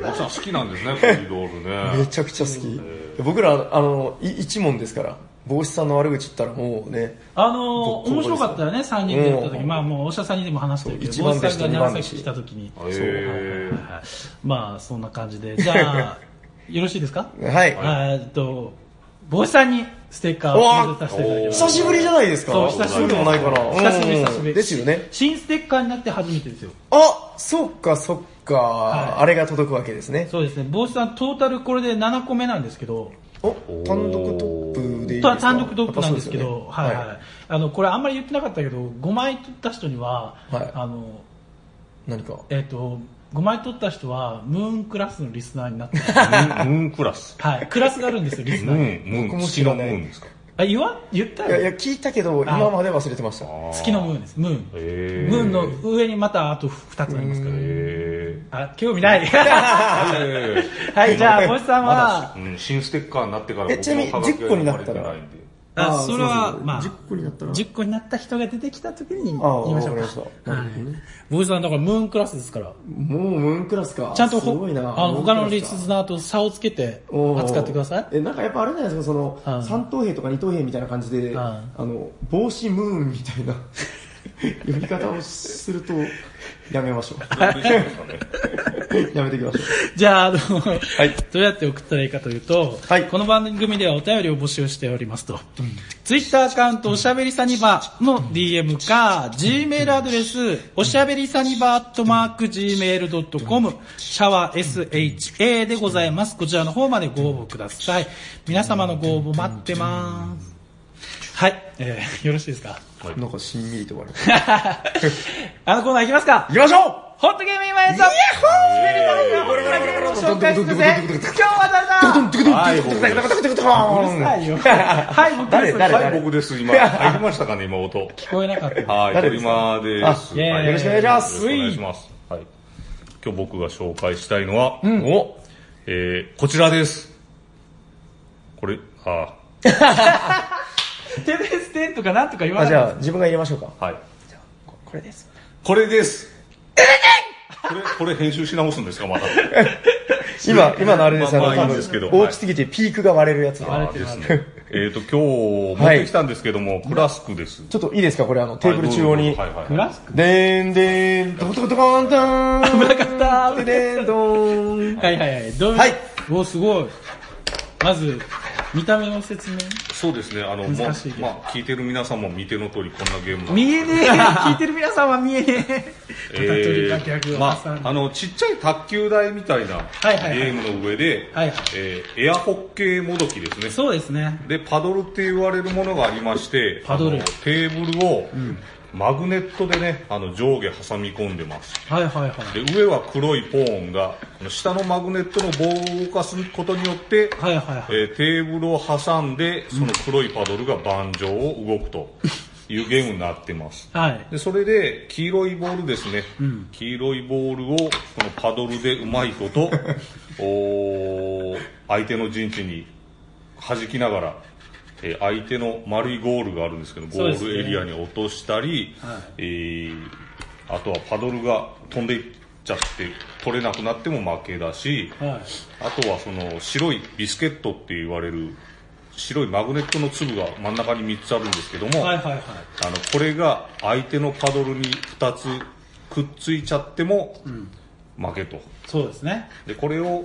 僕さん好きなんですねコリドール
め
ね
ちゃくちゃ好き。僕ら、あの、い一問ですから、帽子さんの悪口言ったらもうね、
あの
僕
ー、面白かったよね、3人でやった時。
うん
まあもう、お医者さんにでも話してるけ
そ
ど、
う
帽子さ
一
ん
番
が長
弟子と二番弟
崎
子
来た時に。
へー
まあ、そんな感じで。じ
[laughs]
ゃあ、よろしいですか
はい。
えーっと、帽子さんにステッカーをプレゼントさせていただきます。
久しぶりじゃないですか
そう久しぶり
そうでもないかな。
久しぶり
うん
久しぶり
ですよね。
新ステッカーになって初めてですよ。
あ、そっかそっか、あれが届くわけですね。
そうですね。帽子さん、トータルこれで7個目なんですけど、
お、単独トップでいいですか
単独トップなんですけど、
やっぱそう
はい
ですよね
はい。あの、これあんまり言ってなかったけど、5枚取った人には、
はい
あの、
何か。
えっ、と、5枚取った人は、ムーンクラスのリスナーになっ
[laughs]
てる
ムーンムーンクラス
はい。クラスがあるんですよ、リス
ム
ナーに。
ーンム
僕
ーン
も
月
知ら
の
な
ム
い
ーンですか
あ、言わ言った
いやいや、
よ。
聞いたけど、今まで忘れてました。
月のムーンです、ムーン。
へ
ムーンの上にまたあと2つありますから。
へ
あ、興味
[laughs]
ない。
え
はい、じゃあ、星さんは、
うん、新ステッカーになってから
えちなみに
僕のハガキ
10
が
個になったら
読まれてないんで
あ
ー
それは
うう
まあ
10個になったら。
10個になった人が出てきた時に言い
ああ、
ま
わ
し
か
ょ
り
う
ま
か。
した。なるほどね
星さん、だからムーンクラスですから。
もうムーンクラスか。
ちゃんと
す
ほ
ごいな。
あの他のリ
ス
スナーと差をつけて
おー
扱ってください。
えなんかやっぱあれじゃないですかその、
うん
三等兵とか二等兵みたいな感じで、
ん
あの帽子ムーンみたい
[laughs]
な呼び方をするとやめましょうやめていきましょ
じゃあ、あの、どうやって送ったらいいかというと、
はい
この番組ではお便りを募集しておりますと、ツイッターアカウントおしゃべりサニバの DM か、Gmail アドレス、おしゃべりサニバアットマーク Gmail.com、シャワー SHA でございます。こちらの方までご応募ください。皆様のご応募待ってます。はい、えー、よろしいですか
うなんかしんみりと終わる
あのコーナーいきますか
いきましょ
ホットゲーム今やつをこれからゲームを紹介するぜ今日は誰だ
はい僕です
うるさいよ。はい、僕です。
誰
はい僕です今入りましたかね今音
聞こえなかった。
はい
誰で
鳥
す
間です
あイェーイ
は
よろしくお
願いします
よろしくお願いしますはい今日僕が紹介したいのはおえーこちらですこれあ
テレステンとかなんとか言
う
わ
あ
な
じ
い。
ゃあ自分が入れましょうか
はい
ここれです
これですこれこれ編集し直すんですかまだ
今今のあれですあ
まあ
の
まあ
多
いいんですけど
分大きすぎてピークが割れるやつちょ
あですねえっと今日持ってきたんですけどもクラスクです
っといいですかこれあのテーブル中央に
はいはいはい
フラスク
でーんでーんトコトコトコーンターン
危なかった
ででーんどーん
はいはいはい。どう
はい
お、すごい。まず、見た目の説明。
そうですね、あの、まあ
難しいけ、ど
まあ、聞いてる皆さんも見ての通り、こんなゲームなん
見
で
えね [laughs] え。聞いてる皆さんは見えねえ。
えー
片取りか
ま
逆を挟ん
あ、あ
で。
の、ちっちゃい卓球台みたいな
はいはいはい
ゲームの上で
はいはい、
えーエアホッケーもどきですね。
そうですね。
で、パドルって言われるものがありまして、
パドル
あのテーブルを、マグネットでね、あの、上下挟み込んでます。
はいはいはい。
で、上は黒いポーンが、あの下のマグネットの棒を動かすことによって、
はいはいはい。
えーテーブルを挟んで、その黒いパドルが盤上を動くというゲームになってます。
はい。
でそれで黄色いボールですね、黄色いボールをこのパドルでうまいこと
[laughs]
おー相手の陣地に弾きながら、えー相手の丸いゴールがあるんですけど
そう
ゴ
ですね
ールエリアに落としたり、えーあとはパドルが飛んでいっちゃって取れなくなっても負けだし、
はい。
あとはその白いビスケットって言われる白いマグネットの粒が真ん中に3つあるんですけども、
はいはいはい。
あのこれが相手のパドルに2つくっついちゃっても負けと、
そうですね。
でこれをお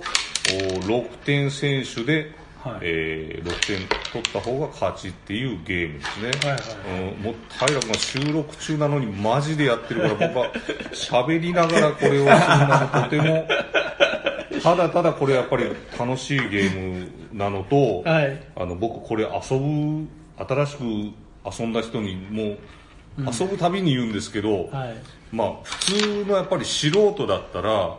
6点選手で、
はい
えー6点取った方が勝ちっていうゲームですね、
はい
うんもう平君が収録中なのにマジでやってるから僕は喋りながらこれをするのはとても
[laughs]
ただただこれやっぱり楽しいゲームなのと、
はい
あの僕これ遊ぶ新しく遊んだ人にもう遊ぶたびに言うんですけど、
はい。
まあ、普通のやっぱり素人だったら、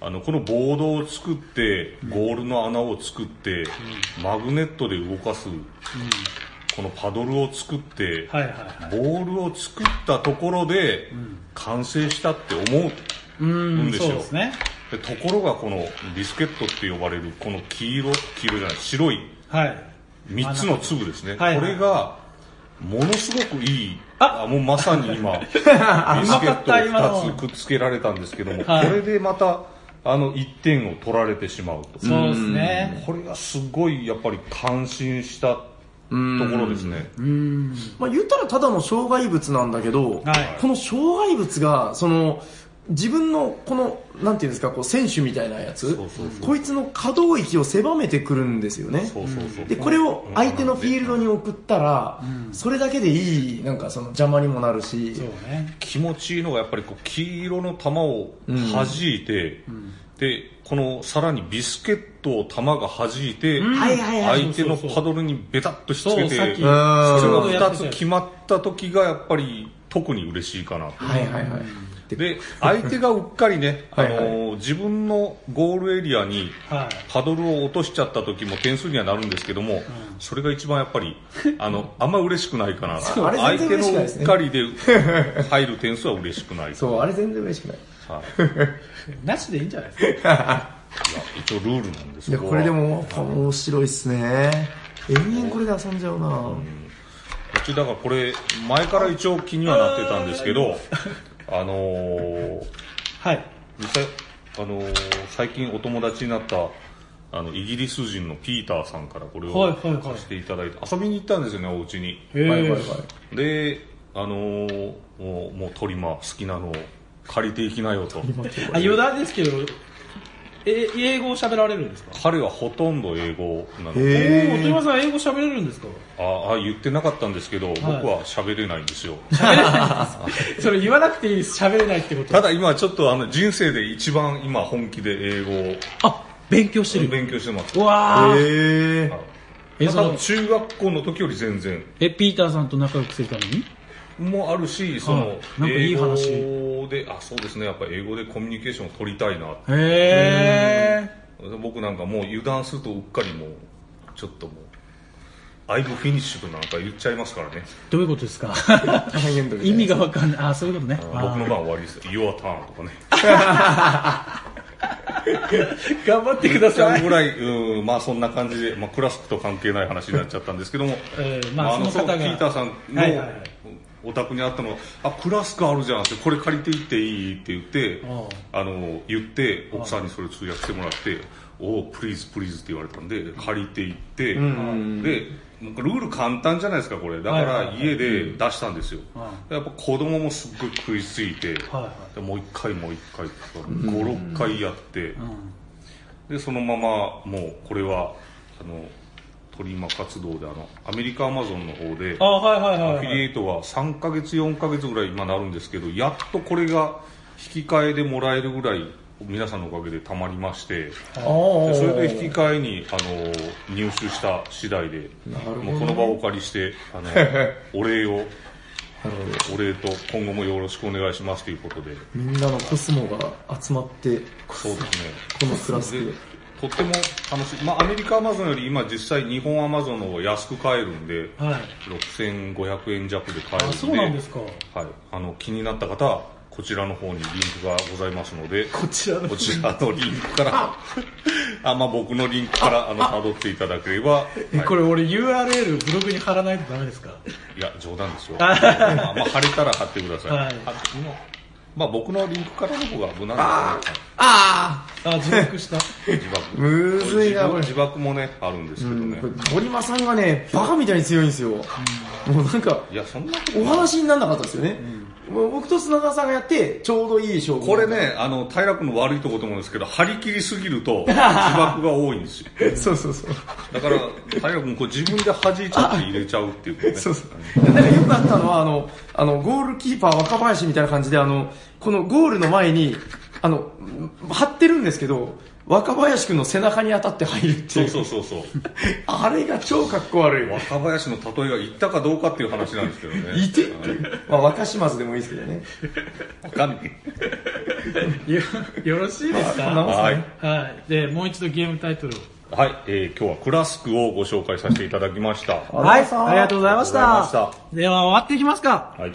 あのこのボードを作ってゴールの穴を作って、マグネットで動かす、このパドルを作って、
はいはいはい。
ボールを作ったところで、完成したって思う
うー
ん
ん、
です
そう
よ
ですね。
でところがこのビスケットって呼ばれるこの黄色黄色じゃない白い
はい。
3つの粒ですね、
はいはい
これがものすごくいい
あ
あもうまさ
[laughs]
に今ビスケットを
今の
2つくっつけられたんですけども、
はい
これでまたあの1点を取られてしまう
そ
と
うですね。
これがすごいやっぱり感心したところですね
まあ、言ったらただの障害物なんだけど、
はい
この障害物が、その、自分のこの、なんていうんですか、こう、選手みたいなやつ、
そうそうそう
こいつの可動域を狭めてくるんですよね。
そうそうそう
で、これを相手のフィールドに送ったら、それだけでいい、なんかその邪魔にもなるし、
そうね。
気持ちいいのがやっぱりこう黄色の球を弾いて、でこのさらにビスケットを球が弾いて、
はいはいはい
相手のパドルにベタッとしつ
そ
け
う、
て
さっき、
そ
ち
れ
ん
が
ょうどや
2
ってた
つ
やつ
決まった時がやっぱり特に嬉しいかなと
はいはいはい。で、
で相手がうっかりね
[laughs] はいはい
あのー自分のゴールエリアに
はい。
パドルを落としちゃった時も点数にはなるんですけども、それが一番やっぱり、あの、あんま嬉しくないかな。
そう [laughs] あれ
相
全
手
然嬉し
の
くないうです
っ
ね
かりで [laughs] 入る点数は嬉しくない。
そう、あれ全然嬉しくない。
はい
なしでいいんじゃないですか。
一応ルールなんです
い
け
や、
ど。
これでも、やっぱ面白いっすね。永遠これで遊んじゃうな
うちだからこれ、前から一応気にはなってたんですけど、あのー
はい。
実際、あのー最近お友達になった、あの、イギリス人のピーターさんからこれ
はい
を
はいはい
貸していただいて、遊びに行ったんですよね、お家に。
へ
はいはいはい。
ー
で、あのーもう、もうトリマー好きなのを借りていきなよと。
あ、余談ですけど、え、英語を喋られるんですか
彼はほとんど英語なの
お
へ
で、
え
ー、
ー
鳥山さん英語喋れるんですか
ああ、言ってなかったんですけど、僕は喋れないんですよ。
[laughs] それ言わなくていいです。喋れないってこと。
ただ今ちょっとあの人生で一番今本気で英語を
あ、勉強してる。
勉強してます。
うわー。
へえ。
え、
まあ
そ
多
の
分、中学校の時より全然
え、ピーターさんと仲良くするために
もあるし、そ
はい
の
なんかいい
英語
話
で、あ、そうですね、やっぱ英語でコミュニケーションを取りたいな。
へー。
僕なんかもう油断するとうっかりもう、ちょっともう、アイブフィニッシュとなんか言っちゃいますからね。
どういうことですか [laughs]
大変だね
意味がわかんない。あ、そういうことね。
僕の番終わりですよ。Your turn とかね。
頑張って [laughs] くだ
ちゃ
さ
ん
い。、
ぐらい、うん、まあそんな感じで、まあクラスと関係ない話になっちゃったんですけども
えーまあその方が
ピーターさんの、
はいはいはい
お宅にあったのが、あ、クラスクあるじゃんって、これ借りていっていいって言って、
あ
あの、言って、奥さんにそれ通訳してもらって、おプリーズプリーズって言われたんで、借りていって、で、なんかルール簡単じゃないですか、これ。だか
はいはい
ら
はい
家で出したんですよ。
う
やっぱ子供もすっごい食いついて、
はいは
でもう一回もう一回とか、5、6回やって、でそのままもうこれはあのトリマ活動であのアメリカアマゾンの方で
あ、はいはい
アフ
はい
ィ
は
リエ
い。
イトは3ヶ月4ヶ月ぐらい今なるんですけどやっとこれが引き換えでもらえるぐらい皆さんのおかげでたまりまして
ああ
でそれで引き換えにあの入手した次第でもうこの場をお借りしてあの
[laughs]
お礼をお礼と今後もよろしくお願いしますということで
みんなのコスモが集まって、
そうですね
このクラスで
で。とっても楽しい、まあ、アメリカアマゾンより今実際日本アマゾンの方が安く買えるんで、
はい。
6500円弱で買えるん
あ、
で
そうなんですか。
はい、あの気になった方はこちらの方にリンクがございますのでこ
ちらの
ちらのリンクからあ、まあ、僕のリンクからあの辿っていただければ、は
え、
い
これ俺 URL ブログに貼らないとダメですか
いや冗談ですよ、まあまあ、貼れたら貼ってください、
はい
あ今まあ僕のリンクからの方が無難ですね。
ああ自爆した。
自爆。
むずいなこれ
自爆もね、あるんですけど
うん
ね
こ。れ鳥間さんがね、バカみたいに強いんですよ。もうなんか、
いや、そんなこと
お
ない
話にならなかったですよね。もう僕と砂川さんがやって、ちょうどいい勝負。
これ。ね、あの、体楽の悪いところと思うんですけど、張り切りすぎると、自爆が多いんですよ。
そうそうそう。
だから、体楽もこう自分で弾いちゃって入れちゃうっていうね。
[laughs] そうそう。なんかよくあったのは、あの、あの、ゴールキーパー若林みたいな感じで、あの、このゴールの前に、あの、張ってるんですけど、若林くんの背中に当たって入るって
そ
いうう。
そうそうそう。
あれが超かっこ悪い。
若林の例えが言ったかどうかっていう話なんですけどね。
いてまあ、若島津でもいいですけどね。
わかんない。
よ、よろしいです
こんな
か
もんっすね
はい。
はい。で、もう一度ゲームタイトルを。
はい、えー今日はクラスクをご紹介させていただきました。は
はい。ありがとうございまし
ありがとう
た
ござい。
では終わっていきますか。
い、あり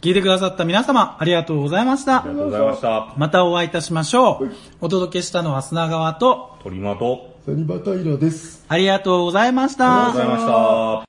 聞いてくださった皆様、ありがとうございました
が。とうございました。
またお会いいたしましょう。お届けしたのは砂川と、
鳥間と、
サニバタイラです。
ありがとうございました。
ありがとうございました。